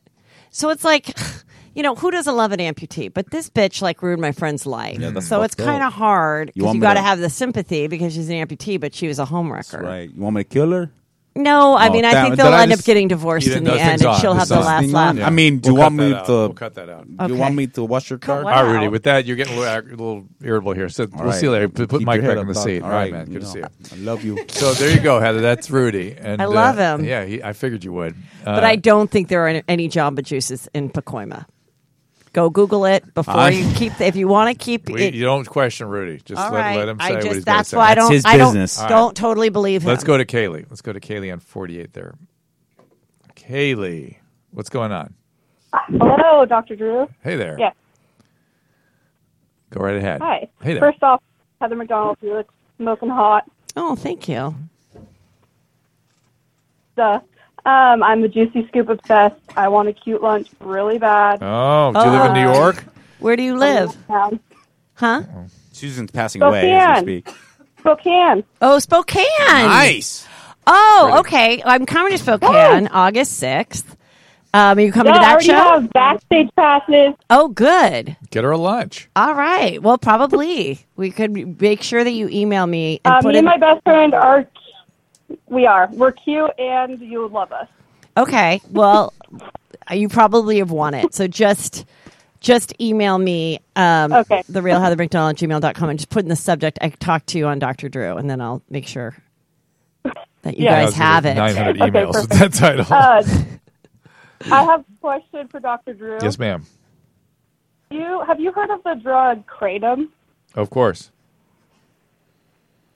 Speaker 4: So it's like, you know, who doesn't love an amputee? But this bitch like ruined my friend's life.
Speaker 7: that's
Speaker 4: so it's
Speaker 7: fucked up.
Speaker 4: kind of hard
Speaker 7: You
Speaker 4: because you,
Speaker 7: want me
Speaker 4: got to
Speaker 7: to-
Speaker 4: have the sympathy because she's an amputee, but she was a homewrecker.
Speaker 7: right. You want me to kill her?
Speaker 4: No, I
Speaker 7: Oh,
Speaker 4: mean, I
Speaker 7: damn.
Speaker 4: think
Speaker 7: Did
Speaker 4: they'll
Speaker 7: I
Speaker 4: end up
Speaker 7: just-
Speaker 4: getting divorced
Speaker 2: You
Speaker 4: in
Speaker 2: didn't-
Speaker 4: the
Speaker 2: no,
Speaker 4: end,
Speaker 2: thing's
Speaker 4: and
Speaker 2: on.
Speaker 4: she'll have
Speaker 2: It's
Speaker 4: the
Speaker 2: on.
Speaker 4: last
Speaker 7: Thing
Speaker 4: laugh.
Speaker 7: on? I mean, do you
Speaker 2: We'll
Speaker 7: want
Speaker 2: cut
Speaker 7: me
Speaker 2: that out.
Speaker 7: to?
Speaker 2: We'll cut that out.
Speaker 7: Do you
Speaker 4: Okay.
Speaker 7: want me to wash your car?
Speaker 4: what?
Speaker 2: All right, Rudy.
Speaker 4: Wow.
Speaker 2: With that, you're getting a little, ac- a little irritable here. So we'll see you later. Put, put
Speaker 7: Keep
Speaker 2: Mike
Speaker 7: your head
Speaker 2: back
Speaker 7: up,
Speaker 2: in the
Speaker 7: dog.
Speaker 2: seat.
Speaker 7: All
Speaker 2: All right,
Speaker 7: right,
Speaker 2: man. Good
Speaker 7: you
Speaker 2: to
Speaker 7: know,
Speaker 2: see you.
Speaker 7: I love you.
Speaker 2: So there you go, Heather. That's Rudy. And
Speaker 4: I love
Speaker 2: uh,
Speaker 4: him.
Speaker 2: Yeah, he, I figured you would. Uh,
Speaker 4: But I don't think there are any- any Jamba Juices in Pacoima. Go Google it before
Speaker 7: I-
Speaker 4: you keep. If you want to keep
Speaker 2: we,
Speaker 4: it,
Speaker 2: you don't question Rudy. Just
Speaker 4: all
Speaker 2: let,
Speaker 4: right.
Speaker 2: let him say
Speaker 4: I
Speaker 2: what he's
Speaker 4: just
Speaker 2: gotta
Speaker 4: that's
Speaker 2: say.
Speaker 4: why I don't.
Speaker 7: his
Speaker 4: I don't.
Speaker 7: business. All right.
Speaker 4: Don't totally believe him.
Speaker 2: Let's go to Kaylee. Let's go to Kaylee on 48 there. Kaylee, what's going on?
Speaker 3: Hello, Dr. Drew.
Speaker 2: Hey there.
Speaker 3: Yes.
Speaker 2: Go right ahead.
Speaker 3: Hi.
Speaker 2: Hey there.
Speaker 3: First off, Heather McDonald, you look smoking hot.
Speaker 4: Oh, thank you.
Speaker 3: Duh. Um, I'm the Juicy Scoop obsessed. I want a cute lunch really bad.
Speaker 2: Oh, do you live in New York?
Speaker 4: Where do you live? Huh?
Speaker 1: Susan's passing away as
Speaker 4: Spokane.
Speaker 1: we speak.
Speaker 4: Spokane. Oh, Spokane.
Speaker 1: Nice.
Speaker 4: Oh, okay. I'm coming to Spokane August 6th. Um, are you coming
Speaker 3: Oh,
Speaker 8: Yeah, I
Speaker 4: to that
Speaker 8: already
Speaker 4: show?
Speaker 8: have
Speaker 4: backstage passes. Oh, good.
Speaker 2: Get her a lunch.
Speaker 4: All right. Well, probably we could make sure that you email me and
Speaker 8: Um,
Speaker 3: Uh,
Speaker 4: put
Speaker 3: me and
Speaker 4: in
Speaker 3: my best friend are, we are. We're cute and you would love us.
Speaker 4: Okay. Well, you probably have won it. So just just email me um
Speaker 3: Okay.
Speaker 4: the real heather mcdonald gmail.com and just put in the subject I talked to you on Dr. Drew and then I'll make sure that you
Speaker 2: Yeah.
Speaker 4: guys have it.
Speaker 2: 900 emails with that title.
Speaker 3: Uh, I have a question for Dr. Drew.
Speaker 2: yes, ma'am.
Speaker 3: You have you heard of the drug kratom?
Speaker 2: Of course.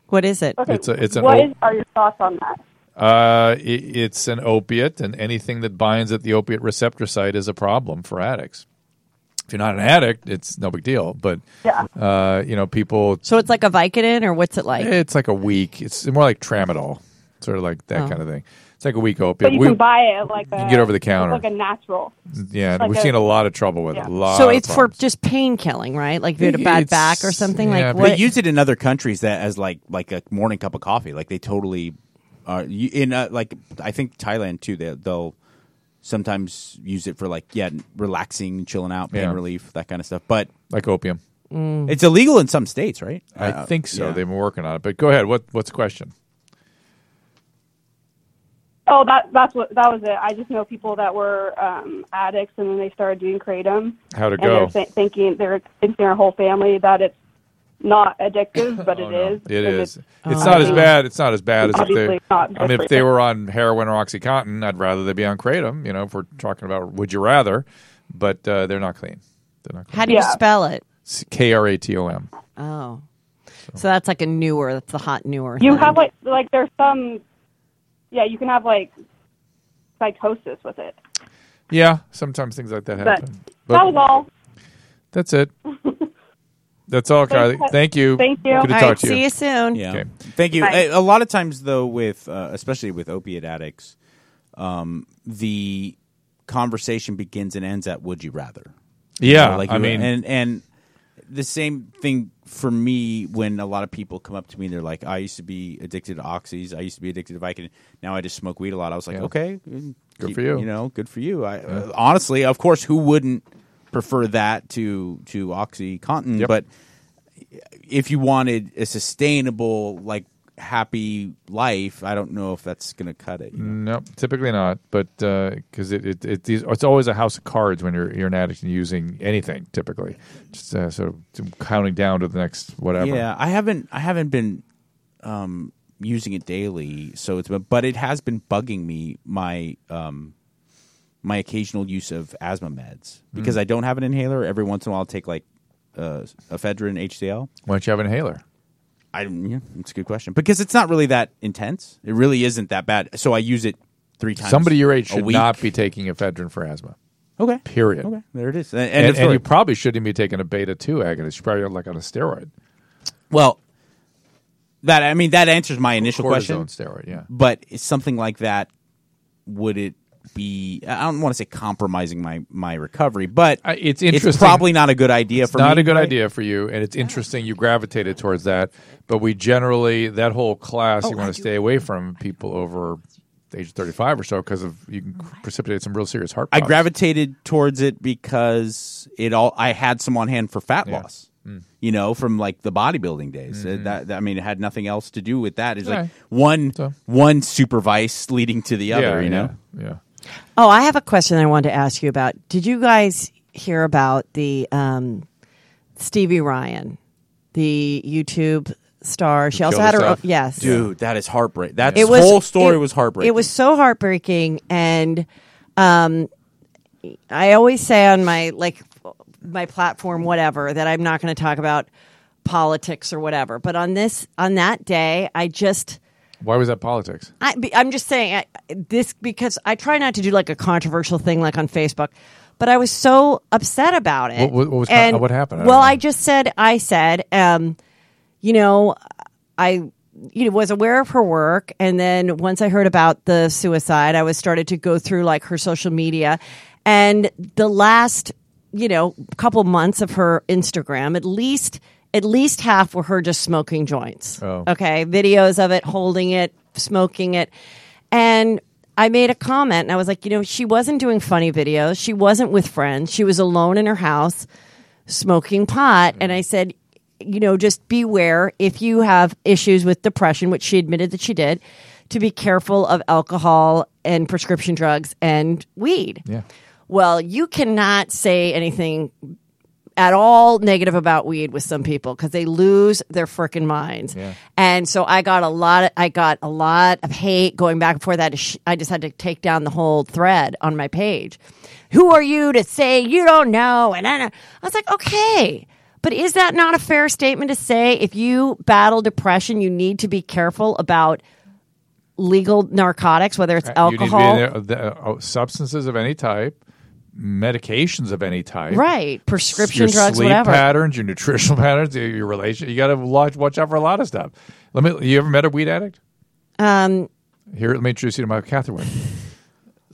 Speaker 4: What is it?
Speaker 3: Okay,
Speaker 2: It's a, it's an
Speaker 3: what
Speaker 2: op-
Speaker 3: is- are your thoughts on that?
Speaker 2: uh, i it's an opiate, and anything that binds at the opiate receptor site is a problem for addicts. If you're not an addict, it's no big deal. But
Speaker 4: Yeah.
Speaker 2: uh, you know, people
Speaker 4: So it's like a Vicodin or what's it like?
Speaker 2: It's like a week. It's more like tramadol, sort of like that
Speaker 4: Oh.
Speaker 2: kind of thing. It's like a weak opiate.
Speaker 3: But you
Speaker 2: We-
Speaker 3: can buy it like a,
Speaker 2: can get over the counter.
Speaker 3: like a natural.
Speaker 2: yeah,
Speaker 3: like
Speaker 2: we've
Speaker 3: a-
Speaker 2: seen a lot of trouble with it. A lot
Speaker 4: so
Speaker 2: of
Speaker 4: it's for
Speaker 2: problems.
Speaker 4: just pain killing, right? Like if you had a bad
Speaker 2: It's-
Speaker 4: back or something like
Speaker 1: they
Speaker 4: what?
Speaker 1: use it in other countries that as like like a morning cup of coffee. Like they totally are you- in uh, like I think Thailand too. They, they'll sometimes use it for like yeah, relaxing, chilling out, pain
Speaker 2: Yeah.
Speaker 1: relief, that kind of stuff. But
Speaker 2: like opium,
Speaker 4: Mm.
Speaker 1: it's illegal in some states, right?
Speaker 2: I think so.
Speaker 1: Uh, yeah.
Speaker 2: They've been working on it. But go ahead. What what's the question?
Speaker 3: Oh, that that's what that was it. I just know people that were um, addicts, and then they started doing kratom.
Speaker 2: How'd it
Speaker 3: and They're
Speaker 2: go?
Speaker 3: th- thinking they're thinking their whole family that it's not addictive, but it is.
Speaker 2: Oh, It
Speaker 3: because Um,
Speaker 2: is.
Speaker 4: Oh.
Speaker 2: It's not as
Speaker 3: obviously-
Speaker 2: bad. It's not as bad as if they.
Speaker 3: obviously not good
Speaker 2: I mean,
Speaker 3: for
Speaker 2: if they
Speaker 3: you.
Speaker 2: were on heroin or OxyContin, I'd rather they be on kratom. You know, if we're talking about would you rather, but uh, they're not clean. They're not. Clean.
Speaker 4: How do you spell it?
Speaker 2: K r a t o m.
Speaker 4: Oh. So that's like a newer, that's the hot newer.
Speaker 3: You
Speaker 4: thing.
Speaker 3: have like like there's some, yeah. You can have like psychosis with it.
Speaker 2: Yeah, sometimes things like that
Speaker 3: But
Speaker 2: happen.
Speaker 3: that was all.
Speaker 2: That's it. That's all, Kylie.
Speaker 3: Thanks, Ky-
Speaker 2: Thank you.
Speaker 3: thank you.
Speaker 2: Good
Speaker 3: All
Speaker 2: to
Speaker 3: right,
Speaker 2: talk to you.
Speaker 4: See you soon.
Speaker 1: Yeah. Thank you.
Speaker 3: Bye.
Speaker 1: A, a lot of times, though, with uh, especially with opiate addicts, um, the conversation begins and ends at "Would you rather." You
Speaker 2: Yeah,
Speaker 1: know, like
Speaker 2: I
Speaker 1: you-
Speaker 2: mean-
Speaker 1: and and the same thing for me when a lot of people come up to me and they're like, "I used to be addicted to oxys. I used to be addicted to Vicodin. Now I just smoke weed a lot." I was like,
Speaker 2: Yeah.
Speaker 1: "Okay,
Speaker 2: Good for you.
Speaker 1: You know, good for you." I uh, honestly, of course, who wouldn't prefer that to to OxyContin?
Speaker 2: Yep.
Speaker 1: But if you wanted a sustainable, like happy life, I don't know if that's going to cut it.
Speaker 2: No, typically not, but because it, it, it these, it's always a house of cards when you're you're an addict and using anything. Typically, just uh, sort of counting down to the next whatever.
Speaker 1: Yeah, I haven't. I haven't been um, using it daily, so it's been, but it has been bugging me my um, my occasional use of asthma meds because
Speaker 2: Mm.
Speaker 1: I don't have an inhaler. Every once in a while, I'll take like uh, ephedrine HDL.
Speaker 2: Why don't you have an inhaler?
Speaker 1: I don't. Yeah, it's a good question because it's not really that intense. It really isn't that bad. So I use it three times.
Speaker 2: Somebody your age
Speaker 1: a
Speaker 2: should
Speaker 1: week.
Speaker 2: not be taking ephedrine for asthma.
Speaker 1: Okay.
Speaker 2: Period.
Speaker 1: Okay. There it is. And,
Speaker 2: And,
Speaker 1: and,
Speaker 2: and you probably shouldn't be taking a beta two agonist. You're probably like on a steroid.
Speaker 1: Well, that I mean that answers my initial
Speaker 2: Cortisone
Speaker 1: question.
Speaker 2: steroid, yeah.
Speaker 1: But is something like that would it be? I don't want to say compromising my my recovery, but
Speaker 2: it's interesting.
Speaker 1: probably not a good idea for
Speaker 2: not
Speaker 1: me,
Speaker 2: a good
Speaker 1: right?
Speaker 2: idea for you, and it's interesting you gravitated towards that. But we generally that whole class
Speaker 4: Oh,
Speaker 2: you want to stay away from people over the age of thirty five or so because of you
Speaker 4: Oh,
Speaker 2: can precipitate some real serious heart.
Speaker 1: I
Speaker 2: Problems.
Speaker 1: gravitated towards it because it all I had some on hand for fat loss.
Speaker 2: Mm. Mm-hmm.
Speaker 1: You know, from like the bodybuilding days. Uh, that- that- I mean, it had nothing else to do with that. It's
Speaker 2: Right.
Speaker 1: like one one super vice leading to the other.
Speaker 2: Yeah,
Speaker 1: you know,
Speaker 2: yeah. yeah.
Speaker 4: Oh, I have a question I wanted to ask you about. Did you guys hear about the um, Stevie Ryan, the YouTube star? She also
Speaker 1: Kill
Speaker 4: had her own,
Speaker 1: herself.
Speaker 4: yes.
Speaker 1: dude, that is heartbreak. That whole story
Speaker 4: it-
Speaker 1: was heartbreaking.
Speaker 4: It was so heartbreaking, and um, I always say on my like my platform, whatever, that I'm not going to talk about politics or whatever. But on this, on that day, I just.
Speaker 2: Why was that politics?
Speaker 4: I, be- I'm just saying I, this because I try not to do like a controversial thing like on Facebook, but I was so upset about it.
Speaker 2: What- what- what was-
Speaker 4: And-
Speaker 2: what happened? I don't
Speaker 4: well,
Speaker 2: know.
Speaker 4: I just said I said, um, you know, I you know, was aware of her work, and then once I heard about the suicide, I was started to go through like her social media, and the last you know couple months of her Instagram, at least at least half were her just smoking joints.
Speaker 9: Oh.
Speaker 4: Okay, videos of it, holding it, smoking it, and. I made a comment and I was like, you know, she wasn't doing funny videos. She wasn't with friends. She was alone in her house smoking pot. And I said, you know, just beware if you have issues with depression, which she admitted that she did, to be careful of alcohol and prescription drugs and weed.
Speaker 2: Yeah.
Speaker 4: Well, you cannot say anything at all negative about weed with some people because they lose their freaking minds.
Speaker 9: Yeah.
Speaker 4: And so I got a lot. Of, I got a lot of hate going back and forth. I just, I just had to take down the whole thread on my page. Who are you to say you don't know? And I, don't- I was like, okay. But is that not a fair statement to say? If you battle depression, you need to be careful about legal narcotics, whether it's
Speaker 2: You need to be in
Speaker 4: alcohol,
Speaker 2: there- the, uh, substances of any type, medications of any type,
Speaker 4: right? Prescription
Speaker 2: your
Speaker 4: drugs,
Speaker 2: sleep
Speaker 4: whatever.
Speaker 2: patterns, your nutritional patterns, your, your relation. You got to watch out for a lot of stuff. Let me. You ever met a weed addict?
Speaker 4: Um,
Speaker 2: Here, let me introduce you to my Catherine.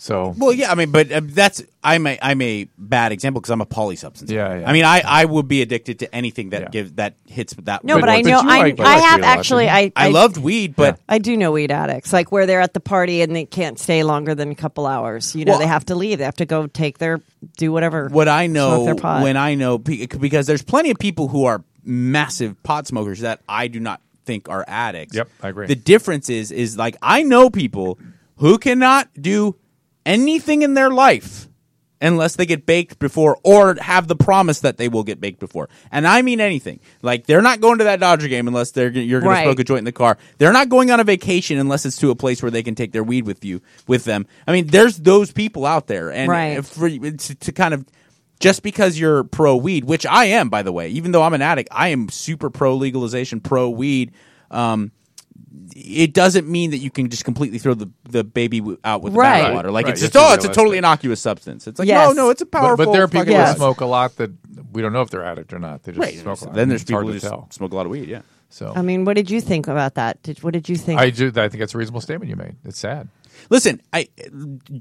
Speaker 2: So
Speaker 1: Well, yeah, I mean, but uh, that's I'm a I'm a bad example because I'm a polysubstance.
Speaker 2: Yeah, yeah.
Speaker 1: I mean, I I would be addicted to anything that gives that hits that.
Speaker 4: No,
Speaker 1: one
Speaker 4: but I
Speaker 1: word.
Speaker 4: know- I- I have actually- I- I-
Speaker 1: loved weed, but
Speaker 4: I do know weed addicts, like where they're at the party and they can't stay longer than a couple hours. You know,
Speaker 1: Well,
Speaker 4: they have to leave. They have to go take their do whatever.
Speaker 1: what I know
Speaker 4: smoke their pot.
Speaker 1: when I know be- because there's plenty of people who are massive pot smokers that I do not think are addicts. Yep, I
Speaker 2: agree.
Speaker 1: The difference is is like I know people who cannot do anything in their life unless they get baked before or have the promise that they will get baked before. And I mean anything. Like they're not going to that Dodger game unless they're gonna- you're going
Speaker 10: Right.
Speaker 1: to smoke a joint in the car. They're not going on a vacation unless it's to a place where they can take their weed with you with them. I mean, there's those people out there and
Speaker 10: Right.
Speaker 1: for to, to kind of just because you're pro weed, which I am, by the way, even though I'm an addict, I am super pro legalization, pro weed. Um, it doesn't mean that you can just completely throw the, the baby w- out with the
Speaker 2: Right.
Speaker 1: bathwater. Like
Speaker 2: Right,
Speaker 1: it's
Speaker 2: you
Speaker 1: just
Speaker 2: have to
Speaker 1: oh, it's a
Speaker 2: realize
Speaker 1: totally
Speaker 2: that.
Speaker 1: innocuous substance. It's like
Speaker 2: Yes.
Speaker 1: no, no, it's a
Speaker 2: But-
Speaker 1: powerful.
Speaker 2: But, there are people
Speaker 1: fucking
Speaker 2: that
Speaker 1: drug.
Speaker 2: smoke a lot that we don't know if they're addict or not. They just
Speaker 1: Right.
Speaker 2: smoke a lot.
Speaker 1: Then there's
Speaker 2: It's hard
Speaker 1: people who
Speaker 2: to
Speaker 1: just
Speaker 2: tell.
Speaker 1: smoke a lot of weed. Yeah.
Speaker 2: So
Speaker 4: I mean, what did you think about that? Did, what did you think?
Speaker 2: I do. I think that's a reasonable statement you made. It's sad.
Speaker 1: Listen, I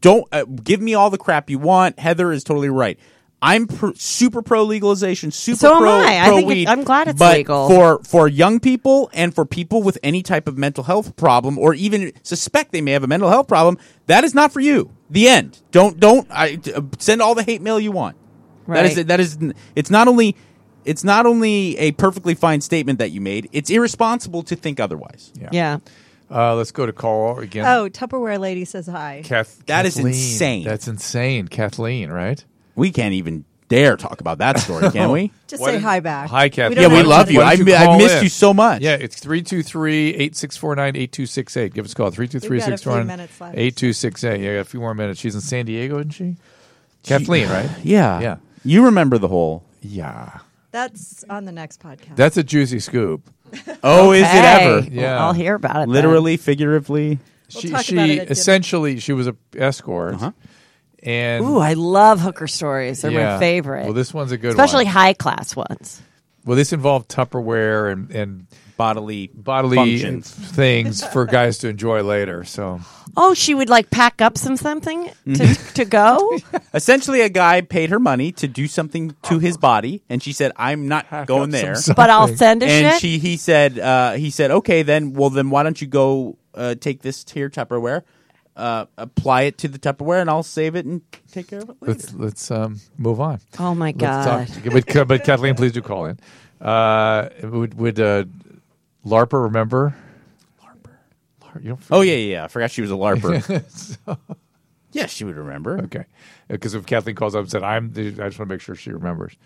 Speaker 1: don't uh, give me all the crap you want. Heather is totally right. I'm pr- super pro legalization, super
Speaker 4: So am
Speaker 1: pro,
Speaker 4: I. I
Speaker 1: pro
Speaker 4: think it-
Speaker 1: weed.
Speaker 4: I'm glad it's
Speaker 1: but
Speaker 4: legal.
Speaker 1: for for young people and for people with any type of mental health problem or even suspect they may have a mental health problem. That is not for you. The end. Don't don't I, uh, send all the hate mail you want. That is
Speaker 10: Right.
Speaker 1: that is it's not only it's not only a perfectly fine statement that you made. It's irresponsible to think otherwise.
Speaker 2: Yeah.
Speaker 4: Yeah.
Speaker 2: Uh, let's go to Carl again.
Speaker 5: Oh, Tupperware lady says hi.
Speaker 2: Kath-
Speaker 1: That is
Speaker 2: Kathleen.
Speaker 1: insane.
Speaker 2: That's insane, Kathleen. Right?
Speaker 1: We can't even dare talk about that story, can we?
Speaker 5: Just say hi back.
Speaker 2: Hi, Kathleen.
Speaker 1: don't Yeah, we have love to- you.
Speaker 2: Why don't
Speaker 1: I mi- I
Speaker 2: call
Speaker 1: missed you so much.
Speaker 2: Yeah, it's 323-8649-8268. Give us a call. 323-649-8268. Yeah, I got a few more minutes. She's in San Diego, isn't she? Kathleen, right?
Speaker 1: Yeah.
Speaker 2: Yeah.
Speaker 1: You remember the whole.
Speaker 2: Yeah.
Speaker 5: That's on the next podcast.
Speaker 2: That's a juicy scoop.
Speaker 1: Oh, is it ever?
Speaker 4: Okay. Well, I'll hear about it then.
Speaker 1: Literally, figuratively.
Speaker 2: She,
Speaker 4: talk
Speaker 2: she
Speaker 4: about it at dinner.
Speaker 2: essentially she was a escort, and
Speaker 4: Ooh, I love hooker stories. They're
Speaker 2: Yeah.
Speaker 4: my favorite.
Speaker 2: Well, this one's a good
Speaker 4: especially
Speaker 2: one.
Speaker 4: high class ones.
Speaker 2: Well, this involved Tupperware and, and
Speaker 1: bodily
Speaker 2: bodily
Speaker 1: functions.
Speaker 2: things for guys to enjoy later. So
Speaker 4: Oh, she would like pack up some something to,
Speaker 1: Mm-hmm.
Speaker 4: to go.
Speaker 1: Essentially, a guy paid her money to do something to his body, and she said, "I'm not going there."
Speaker 4: something. But I'll send a
Speaker 1: and
Speaker 4: shit?
Speaker 1: she, he said, uh, he said, "Okay, then. Well, then, why don't you go uh, take this to your Tupperware, uh, apply it to the Tupperware, and I'll save it and take care of it."
Speaker 2: let's let's um, move on.
Speaker 4: Oh, my
Speaker 2: Let's talk, but, Ka- but Kathleen, please do call in. Uh, would would uh, Larper remember? Larper, Larper you don't
Speaker 1: Oh yeah, yeah, yeah. I forgot she was a larper.
Speaker 2: So-
Speaker 1: yeah, she would remember.
Speaker 2: Okay, because if Kathleen calls up and said, "I'm," the- I just want to make sure she remembers.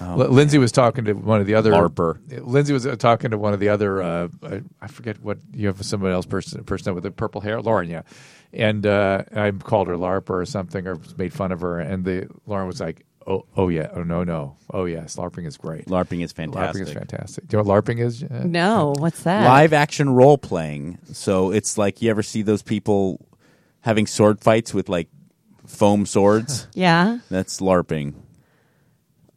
Speaker 1: Oh,
Speaker 2: L- Lindsay was talking to one of the other
Speaker 1: Larper.
Speaker 2: Lindsay was uh, talking to one of the other. Uh, I, I forget what you have somebody else person person with the purple hair, Lauren. Yeah, and uh, I called her Larper or something, or made fun of her, and the Lauren was like, "Oh, oh yeah, oh no, no, oh yes, LARPing is great.
Speaker 1: LARPing is
Speaker 2: LARPing is
Speaker 1: fantastic.
Speaker 2: fantastic. Do you know what LARPing is? Uh,
Speaker 4: No, what's that?
Speaker 1: Live action role playing. So it's like you ever see those people having sword fights with like foam swords?
Speaker 4: Yeah.
Speaker 1: That's LARPing.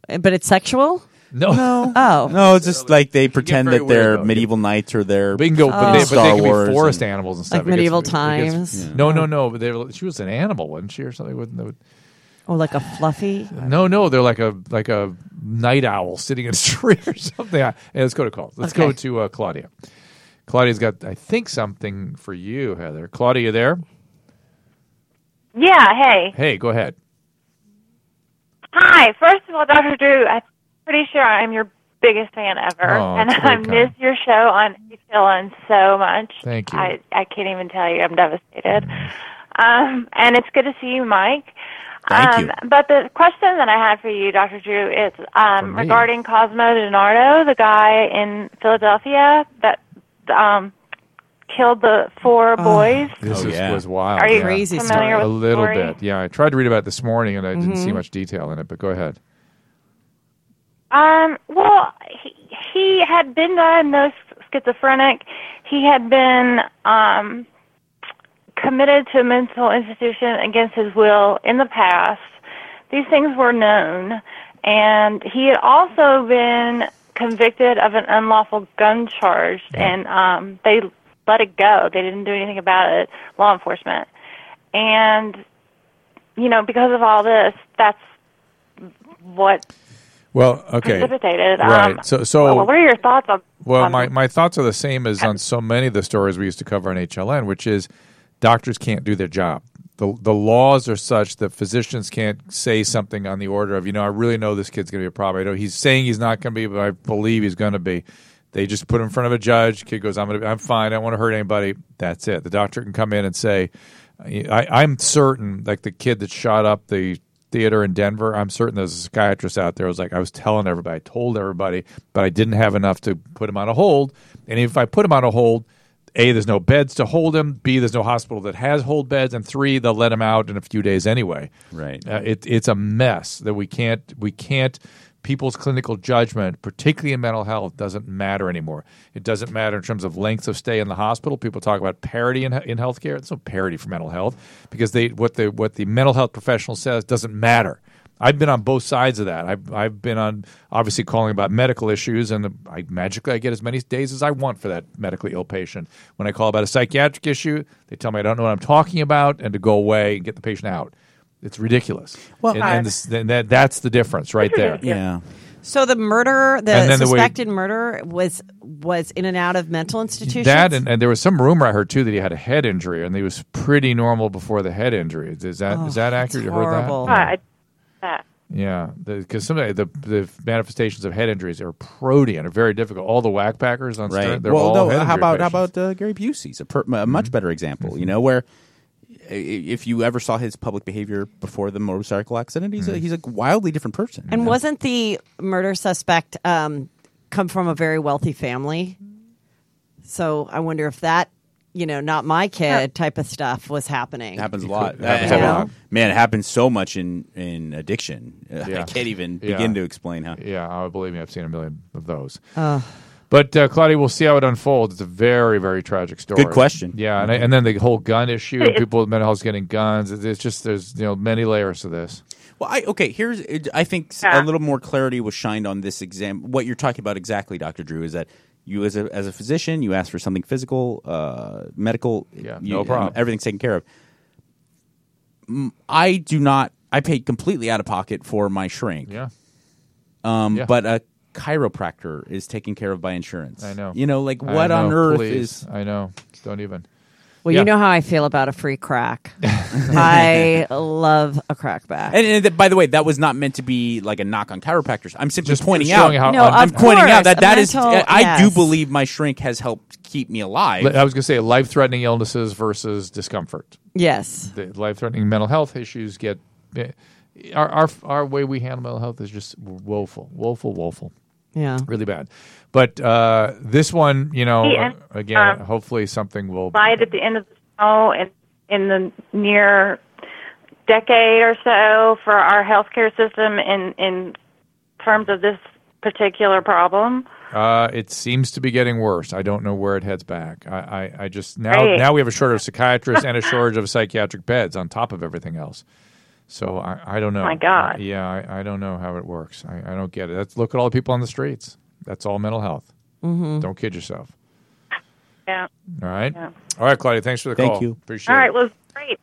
Speaker 4: But it's sexual.
Speaker 2: No.
Speaker 1: No.
Speaker 4: Oh.
Speaker 1: No, it's just like they pretend
Speaker 2: very
Speaker 1: that they're
Speaker 2: weird, though.
Speaker 1: medieval knights or they're uh,
Speaker 2: They can go, but, they, but
Speaker 1: Star
Speaker 2: they can be
Speaker 1: Wars
Speaker 2: forest
Speaker 1: and-
Speaker 2: animals and
Speaker 4: Oh. Like
Speaker 2: stuff. It gets-
Speaker 4: medieval
Speaker 2: it gets-
Speaker 4: times?
Speaker 2: No, no, no. But they were, she was an animal, wasn't she, or something? Wasn't it-
Speaker 4: Oh, like a fluffy.
Speaker 2: No, no, they're like a like a night owl sitting in a tree or something. Yeah, let's go to calls. Let's go
Speaker 4: Okay.
Speaker 2: to uh, Claudia. Claudia's got, I think, something for you, Heather. Claudia, there.
Speaker 9: Yeah, hey.
Speaker 2: Hey, go ahead.
Speaker 9: Hi. First of all, Dr. Drew, I'm pretty sure I'm your biggest fan ever.
Speaker 2: Oh,
Speaker 9: Uh, and
Speaker 2: that's very
Speaker 9: I
Speaker 2: kind.
Speaker 9: miss your show on Ellen so much.
Speaker 2: Thank you.
Speaker 9: I, I can't even tell you. I'm devastated. Um, and it's good to see you, Mike.
Speaker 1: Thank
Speaker 9: um,
Speaker 1: you.
Speaker 9: But the question that I had for you, Dr. Drew, is um,
Speaker 1: me.
Speaker 9: regarding Cosmo DiNardo, the guy in Philadelphia that um, killed the four boys.
Speaker 2: This
Speaker 1: Oh,
Speaker 2: is,
Speaker 1: yeah.
Speaker 2: was wild.
Speaker 9: Are you
Speaker 2: yeah.
Speaker 9: Crazy familiar story. with the
Speaker 2: A little
Speaker 9: story?
Speaker 2: bit. Yeah, I tried to read about it this morning, and I didn't see
Speaker 9: Mhm.
Speaker 2: much detail in it. But go ahead.
Speaker 9: Um, well, he, he had been diagnosed schizophrenic. He had been um, committed to a mental institution against his will in the past. These things were known. And he had also been convicted of an unlawful gun charge, and um, they let it go. They didn't do anything about it, law enforcement. And, you know, because of all this, that's what
Speaker 2: Well, okay.
Speaker 9: precipitated. Um,
Speaker 2: Right. So, so
Speaker 9: well, what are your thoughts on?
Speaker 2: Well,
Speaker 3: Um,
Speaker 9: on-
Speaker 2: my, my thoughts are the same as on so many of the stories we used to cover on HLN, which is doctors can't do their job. The, the laws are such that physicians can't say something on the order of, you know, I really know this kid's going to be a problem. I know he's saying he's not going to be, but I believe he's going to be. They just put him in front of a judge. Kid goes, I'm going to, I'm fine. I don't want to hurt anybody. That's it. The doctor can come in and say, I, I'm certain, like the kid that shot up the theater in Denver. I'm certain there's a psychiatrist out there. who's like, I was telling everybody, I told everybody, but I didn't have enough to put him on a hold. And if I put him on a hold, a, there's no beds to hold him. B, there's no hospital that has hold beds. And three, they'll let him out in a few days anyway.
Speaker 1: Right.
Speaker 2: Uh, it, it's a mess that we can't we can't people's clinical judgment, particularly in mental health, doesn't matter anymore. It doesn't matter in terms of length of stay in the hospital. People talk about parity in, in healthcare. There's no parity for mental health because they what the what the mental health professional says doesn't matter. I've been on both sides of that. I've, I've been on obviously calling about medical issues, and I magically I get as many days as I want for that medically ill patient. When I call about a psychiatric issue, they tell me I don't know what I'm talking about and to go away and get the patient out. It's ridiculous.
Speaker 4: Well,
Speaker 2: and,
Speaker 4: I-
Speaker 2: and this, and that, that's the difference right there.
Speaker 1: Yeah.
Speaker 4: So the murderer,
Speaker 2: And
Speaker 4: the
Speaker 2: then the way-
Speaker 4: suspected murderer, was was in and out of mental institutions.
Speaker 2: That and, and there was some rumor I heard too that he had a head injury and he was pretty normal before the head injury. Is that is
Speaker 4: Oh,
Speaker 2: that
Speaker 4: that's
Speaker 2: accurate? You heard that?
Speaker 4: horrible.
Speaker 9: Uh, I, that.
Speaker 2: Yeah, because some of the, the manifestations of head injuries are protean, are very difficult. All the whackpackers on Stern,
Speaker 1: Right.
Speaker 2: they're
Speaker 1: well,
Speaker 2: all
Speaker 1: no,
Speaker 2: head
Speaker 1: how
Speaker 2: injury
Speaker 1: about how
Speaker 2: patients.
Speaker 1: about uh, Gary Busey's a, per, a much better example. You know where i- if you ever saw his public behavior before the motorcycle accident, he's a, he's a wildly different person.
Speaker 4: And wasn't the murder suspect um, come from a very wealthy family? So I wonder if that, you know, not my kid type of stuff was happening.
Speaker 1: It happens a lot.
Speaker 2: It happens
Speaker 4: a lot.
Speaker 1: Man, it happens so much in in addiction. Uh, I
Speaker 2: Yeah.
Speaker 1: can't even
Speaker 2: Yeah.
Speaker 1: begin to explain how.
Speaker 2: Yeah, oh, believe me, I've seen a million of those. But uh, Claudia, we'll see how it unfolds. It's a very, very tragic story.
Speaker 1: Good question.
Speaker 2: Yeah, and, and then the whole gun issue,
Speaker 9: It-
Speaker 2: people with mental health getting guns. It's- It's just there's you know many layers to this.
Speaker 1: Well, I okay. Here's I think s- a
Speaker 9: Yeah.
Speaker 1: little more clarity was shined on this exam. What you're talking about exactly, Doctor Drew, is that you as a as a physician, you ask for something physical, uh, medical.
Speaker 2: Yeah,
Speaker 1: you-
Speaker 2: no problem.
Speaker 1: Everything's taken care of. Mm, I do not. I pay completely out of pocket for my shrink.
Speaker 2: Yeah,
Speaker 1: Um,
Speaker 2: Yeah.
Speaker 1: but a chiropractor is taken care of by insurance.
Speaker 2: I know.
Speaker 1: You know, like
Speaker 2: I
Speaker 1: what on
Speaker 2: know,
Speaker 1: earth
Speaker 2: please.
Speaker 1: is?
Speaker 2: I know. Don't even.
Speaker 4: Well,
Speaker 2: Yeah.
Speaker 4: you know how I feel about a free crack. I love a crack back.
Speaker 1: And, and that- by the way, that was not meant to be like a knock on chiropractors. I'm simply
Speaker 2: Just
Speaker 1: pointing out.
Speaker 2: showing how.
Speaker 4: No,
Speaker 2: un-
Speaker 1: I'm
Speaker 4: Of
Speaker 1: pointing out
Speaker 4: course,
Speaker 1: that
Speaker 4: a
Speaker 1: that is.
Speaker 4: mental-
Speaker 1: I do
Speaker 4: yes.
Speaker 1: believe my shrink has helped keep me alive.
Speaker 2: I was going to say life threatening illnesses versus discomfort.
Speaker 4: yes.
Speaker 2: The life threatening mental health issues get. eh, Our, our our way we handle mental health is just woeful, woeful, woeful.
Speaker 4: Yeah.
Speaker 2: really bad. But uh, this one, you know,
Speaker 9: Yeah, and,
Speaker 2: uh, again,
Speaker 9: um,
Speaker 2: hopefully something will.
Speaker 9: Light at the end of the tunnel in, in the near decade or so for our healthcare system in in terms of this particular problem.
Speaker 2: Uh, it seems to be getting worse. I don't know where it heads back. I, I, I just now
Speaker 9: Right.
Speaker 2: now we have a shortage of psychiatrists and a shortage of psychiatric beds on top of everything else. So I, I don't know.
Speaker 9: My God.
Speaker 2: yeah, I, I don't know how it works. I, I don't get it. That's, look at all the people on the streets. That's all mental health.
Speaker 4: Mm-hmm.
Speaker 9: Mhm.
Speaker 2: Don't kid yourself.
Speaker 9: Yeah.
Speaker 2: All right.
Speaker 9: Yeah.
Speaker 2: All right, Claudia. Thanks for the
Speaker 1: Thank
Speaker 2: call.
Speaker 1: you.
Speaker 2: Appreciate
Speaker 9: All
Speaker 2: it.
Speaker 9: right. Well, great.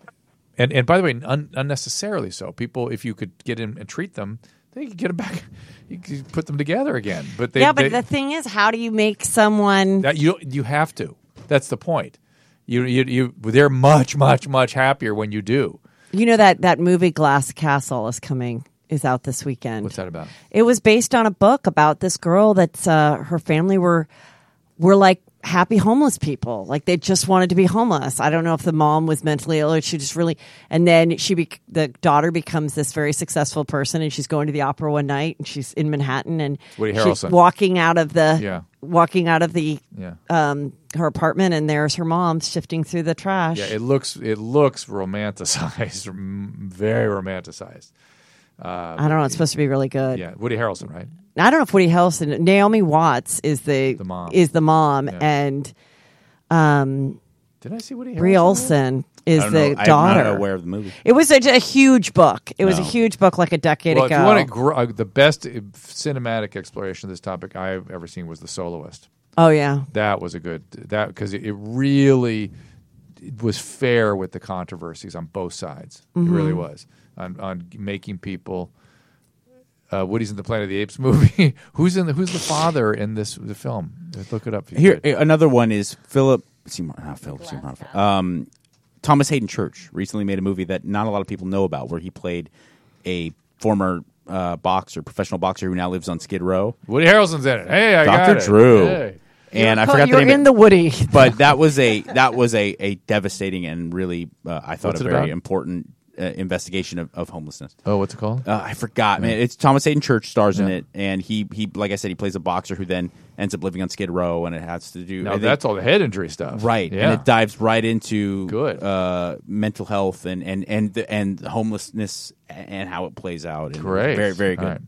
Speaker 2: And and by the way, un, unnecessarily so. People, if you could get in and treat them, they could get them back. You could put them together again. But they,
Speaker 4: yeah, but
Speaker 2: they-
Speaker 4: the thing is, how do you make someone?
Speaker 2: that you you have to. That's the point. You you you. They're much much much happier when you do.
Speaker 4: You know that that movie Glass Castle is coming is out this weekend. What's
Speaker 2: that about?
Speaker 4: It was based on a book about this girl that's uh, her family were were like happy homeless people, like they just wanted to be homeless. I don't know if the mom was mentally ill or she just really. And then she bec the daughter becomes this very successful person, and she's going to the opera one night, and she's in Manhattan, and
Speaker 2: Woody
Speaker 4: she's
Speaker 2: Harrelson.
Speaker 4: walking out of the
Speaker 2: Yeah.
Speaker 4: walking out of the
Speaker 2: Yeah.
Speaker 4: um, her apartment, and there's her mom sifting through the trash.
Speaker 2: Yeah, it looks it looks romanticized, m- very romanticized. Uh,
Speaker 4: I don't know. It's supposed to be really good.
Speaker 2: Yeah, Woody Harrelson, right?
Speaker 4: I don't know if Woody Harrelson, Naomi Watts is the,
Speaker 2: mom.
Speaker 4: is the mom,
Speaker 2: Yeah.
Speaker 4: and um,
Speaker 2: Did I see Woody
Speaker 4: Brie Olson
Speaker 2: Harrelson in
Speaker 1: I
Speaker 4: is
Speaker 1: don't know.
Speaker 4: the
Speaker 1: I'm not
Speaker 4: daughter.
Speaker 1: aware of the movie.
Speaker 4: It was a, a huge book. It was a
Speaker 2: No.
Speaker 4: huge book, like a decade
Speaker 2: well,
Speaker 4: ago.
Speaker 2: if you want to gr- uh, the best uh, cinematic exploration of this topic I've ever seen was The Soloist.
Speaker 4: oh yeah,
Speaker 2: That was a good that because it, it really it was fair with the controversies on both sides. It really
Speaker 4: Mhm.
Speaker 2: was on on making people. Uh, Woody's in the Planet of the Apes movie. who's in the Who's the father in this the film? Look it up. if you
Speaker 1: Here,
Speaker 2: could.
Speaker 1: eh, another one is Philip Seymour, not Philip Seymour. Um, Thomas Hayden Church recently made a movie that not a lot of people know about, where he played a former uh, boxer, professional boxer who now lives on Skid Row.
Speaker 2: Woody Harrelson's in it. Hey, I got
Speaker 1: Dr.
Speaker 2: it.
Speaker 1: Drew.
Speaker 2: Hey.
Speaker 1: And I
Speaker 4: You're-
Speaker 1: forgot
Speaker 4: you're
Speaker 1: the name.
Speaker 4: in the Woody.
Speaker 1: but that was a that was a, a devastating and really uh, I thought
Speaker 2: What's
Speaker 1: a
Speaker 2: it
Speaker 1: very
Speaker 2: about?
Speaker 1: important uh, investigation of, of homelessness.
Speaker 2: Oh, what's it called?
Speaker 1: Uh, I forgot, man. It's Thomas Hayden Church stars in
Speaker 2: Yeah.
Speaker 1: it, and he he like I said, he plays a boxer who then ends up living on Skid Row, and it has to do.
Speaker 2: Now
Speaker 1: I think-
Speaker 2: that's all the head injury stuff,
Speaker 1: right?
Speaker 2: Yeah.
Speaker 1: And it dives right into good uh, mental health and and and the, and homelessness and how it plays out. And
Speaker 2: Great.
Speaker 1: very very good.
Speaker 2: All right.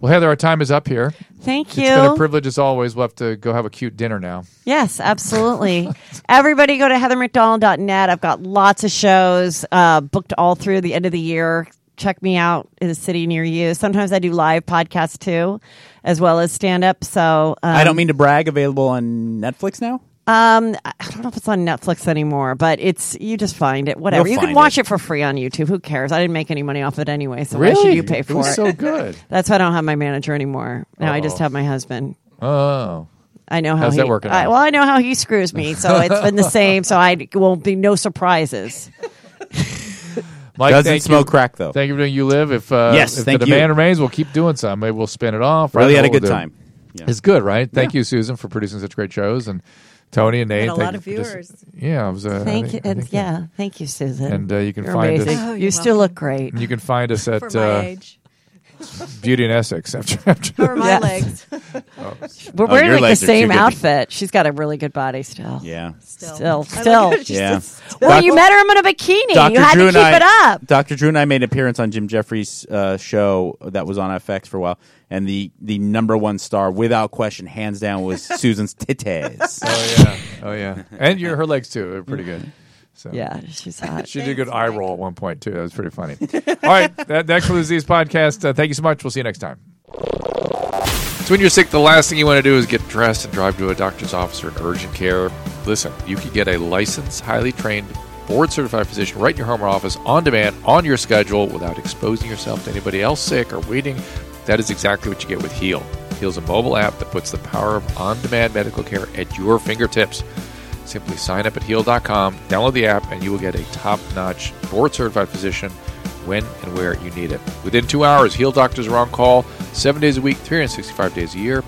Speaker 2: Well, Heather, our time is up here.
Speaker 4: Thank
Speaker 2: It's been a
Speaker 4: you.
Speaker 2: privilege as always. We'll have to go have a cute dinner now.
Speaker 4: Yes, absolutely. Everybody go to heathermcdonald.net. I've got lots of shows uh, booked all through the end of the year. Check me out in a city near you. Sometimes I do live podcasts too, as well as stand up. So um,
Speaker 1: I don't mean to brag. Available on Netflix now.
Speaker 4: Um, I I don't know if it's on Netflix anymore, but it's you just find it. Whatever
Speaker 1: You'll
Speaker 4: you can
Speaker 1: find
Speaker 4: watch it. for free on YouTube. Who cares? I didn't make any money off it anyway, so why should
Speaker 2: Really?
Speaker 4: you pay
Speaker 2: It
Speaker 4: for it?
Speaker 2: was so good.
Speaker 4: That's why I don't have my manager anymore. Now I just
Speaker 2: Uh-oh.
Speaker 4: have my husband.
Speaker 2: Oh,
Speaker 4: I know how
Speaker 2: How's
Speaker 4: he,
Speaker 2: that working
Speaker 4: I,
Speaker 2: out?
Speaker 4: well, I know how he screws me, so it's been the same. So I won't be no surprises.
Speaker 2: Mike
Speaker 1: Doesn't
Speaker 2: thank you.
Speaker 1: smoke crack, though.
Speaker 2: Thank you for doing you live. If uh,
Speaker 1: Yes,
Speaker 2: if
Speaker 1: thank
Speaker 2: the
Speaker 1: you.
Speaker 2: demand remains, we'll keep doing some. Maybe we'll spin it off. I
Speaker 1: Really had
Speaker 2: don't know
Speaker 1: a
Speaker 2: what
Speaker 1: good
Speaker 2: we'll do.
Speaker 1: time. Yeah.
Speaker 2: It's good, right? Thank you, Susan, for producing such great shows, and Tony and Nate.
Speaker 4: And a
Speaker 2: thank
Speaker 4: lot
Speaker 2: you
Speaker 4: of
Speaker 2: for this-
Speaker 4: viewers.
Speaker 2: yeah, it was. Uh, I
Speaker 4: Thank
Speaker 2: think-
Speaker 4: you,
Speaker 2: I
Speaker 4: and
Speaker 2: think-
Speaker 4: yeah, thank you, Susan.
Speaker 2: And, uh, you can
Speaker 4: You're
Speaker 2: find us-
Speaker 4: amazing.
Speaker 2: Oh,
Speaker 4: you still look great.
Speaker 2: You can find us at
Speaker 5: For my
Speaker 2: uh,
Speaker 5: age.
Speaker 2: Beauty and Essex after after. Oh,
Speaker 5: Or my
Speaker 4: Yes.
Speaker 5: legs.
Speaker 4: We're
Speaker 1: Oh,
Speaker 4: wearing
Speaker 1: your
Speaker 4: like the
Speaker 1: legs are too
Speaker 4: same
Speaker 1: good to-
Speaker 4: outfit. She's got a really good body still.
Speaker 1: Yeah.
Speaker 4: Still,
Speaker 5: I like
Speaker 4: still.
Speaker 5: how she
Speaker 1: Yeah.
Speaker 5: says
Speaker 4: Well, you met her in a bikini. you had to keep
Speaker 1: I,
Speaker 4: it up.
Speaker 1: Dr. Drew and I made an appearance on Jim Jeffries' uh, show that was on FX for a while, and the, the number one star, without question, hands down, was Susan's titties.
Speaker 2: Oh yeah, oh yeah, and your her legs too are pretty good. So
Speaker 4: Yeah, she's hot.
Speaker 2: she did a good eye roll at one point too. That was pretty funny. All right, that, that concludes these podcasts. Uh, thank you so much. We'll see you next time. So when you're sick, the last thing you want to do is get dressed and drive to a doctor's office or an urgent care. Listen, you can get a licensed, highly trained, board certified physician right in your home or office on demand, on your schedule, without exposing yourself to anybody else sick or waiting. That is exactly what you get with Heal. Heal is a mobile app that puts the power of on demand medical care at your fingertips. Simply sign up at heal.com, download the app, and you will get a top notch board certified physician when and where you need it. Within two hours, Heal Doctors are on call seven days a week, 365 days a year,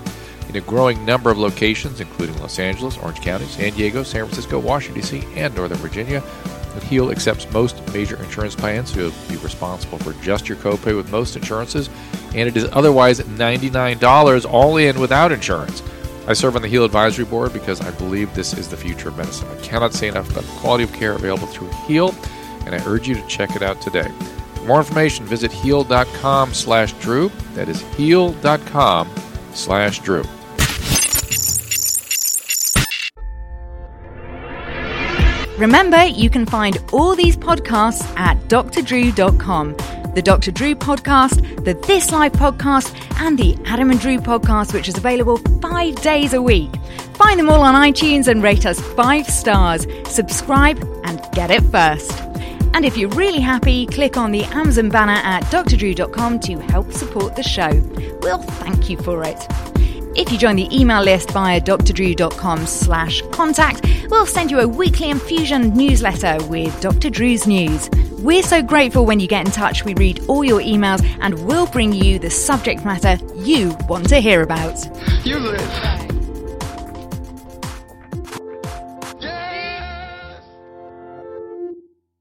Speaker 2: in a growing number of locations, including Los Angeles, Orange County, San Diego, San Francisco, Washington, D.C., and Northern Virginia. And Heal accepts most major insurance plans, so you'll be responsible for just your copay with most insurances, and it is otherwise $99 all in without insurance. I serve on the Heal Advisory Board because I believe this is the future of medicine. I cannot say enough about the quality of care available through Heal, and I urge you to check it out today. For more information, visit heal.com slash Drew. That is heal.com slash Drew.
Speaker 10: Remember, you can find all these podcasts at drdrew.com the Dr. Drew podcast, the This Life podcast, and the Adam and Drew podcast, which is available five days a week. Find them all on iTunes and rate us five stars. Subscribe and get it first. And if you're really happy, click on the Amazon banner at drdrew.com to help support the show. We'll thank you for it. If you join the email list via drdrew.com slash contact, we'll send you a weekly infusion newsletter with Dr. Drew's news. We're so grateful when you get in touch. We read all your emails and we'll bring you the subject matter you want to hear about.
Speaker 11: You live.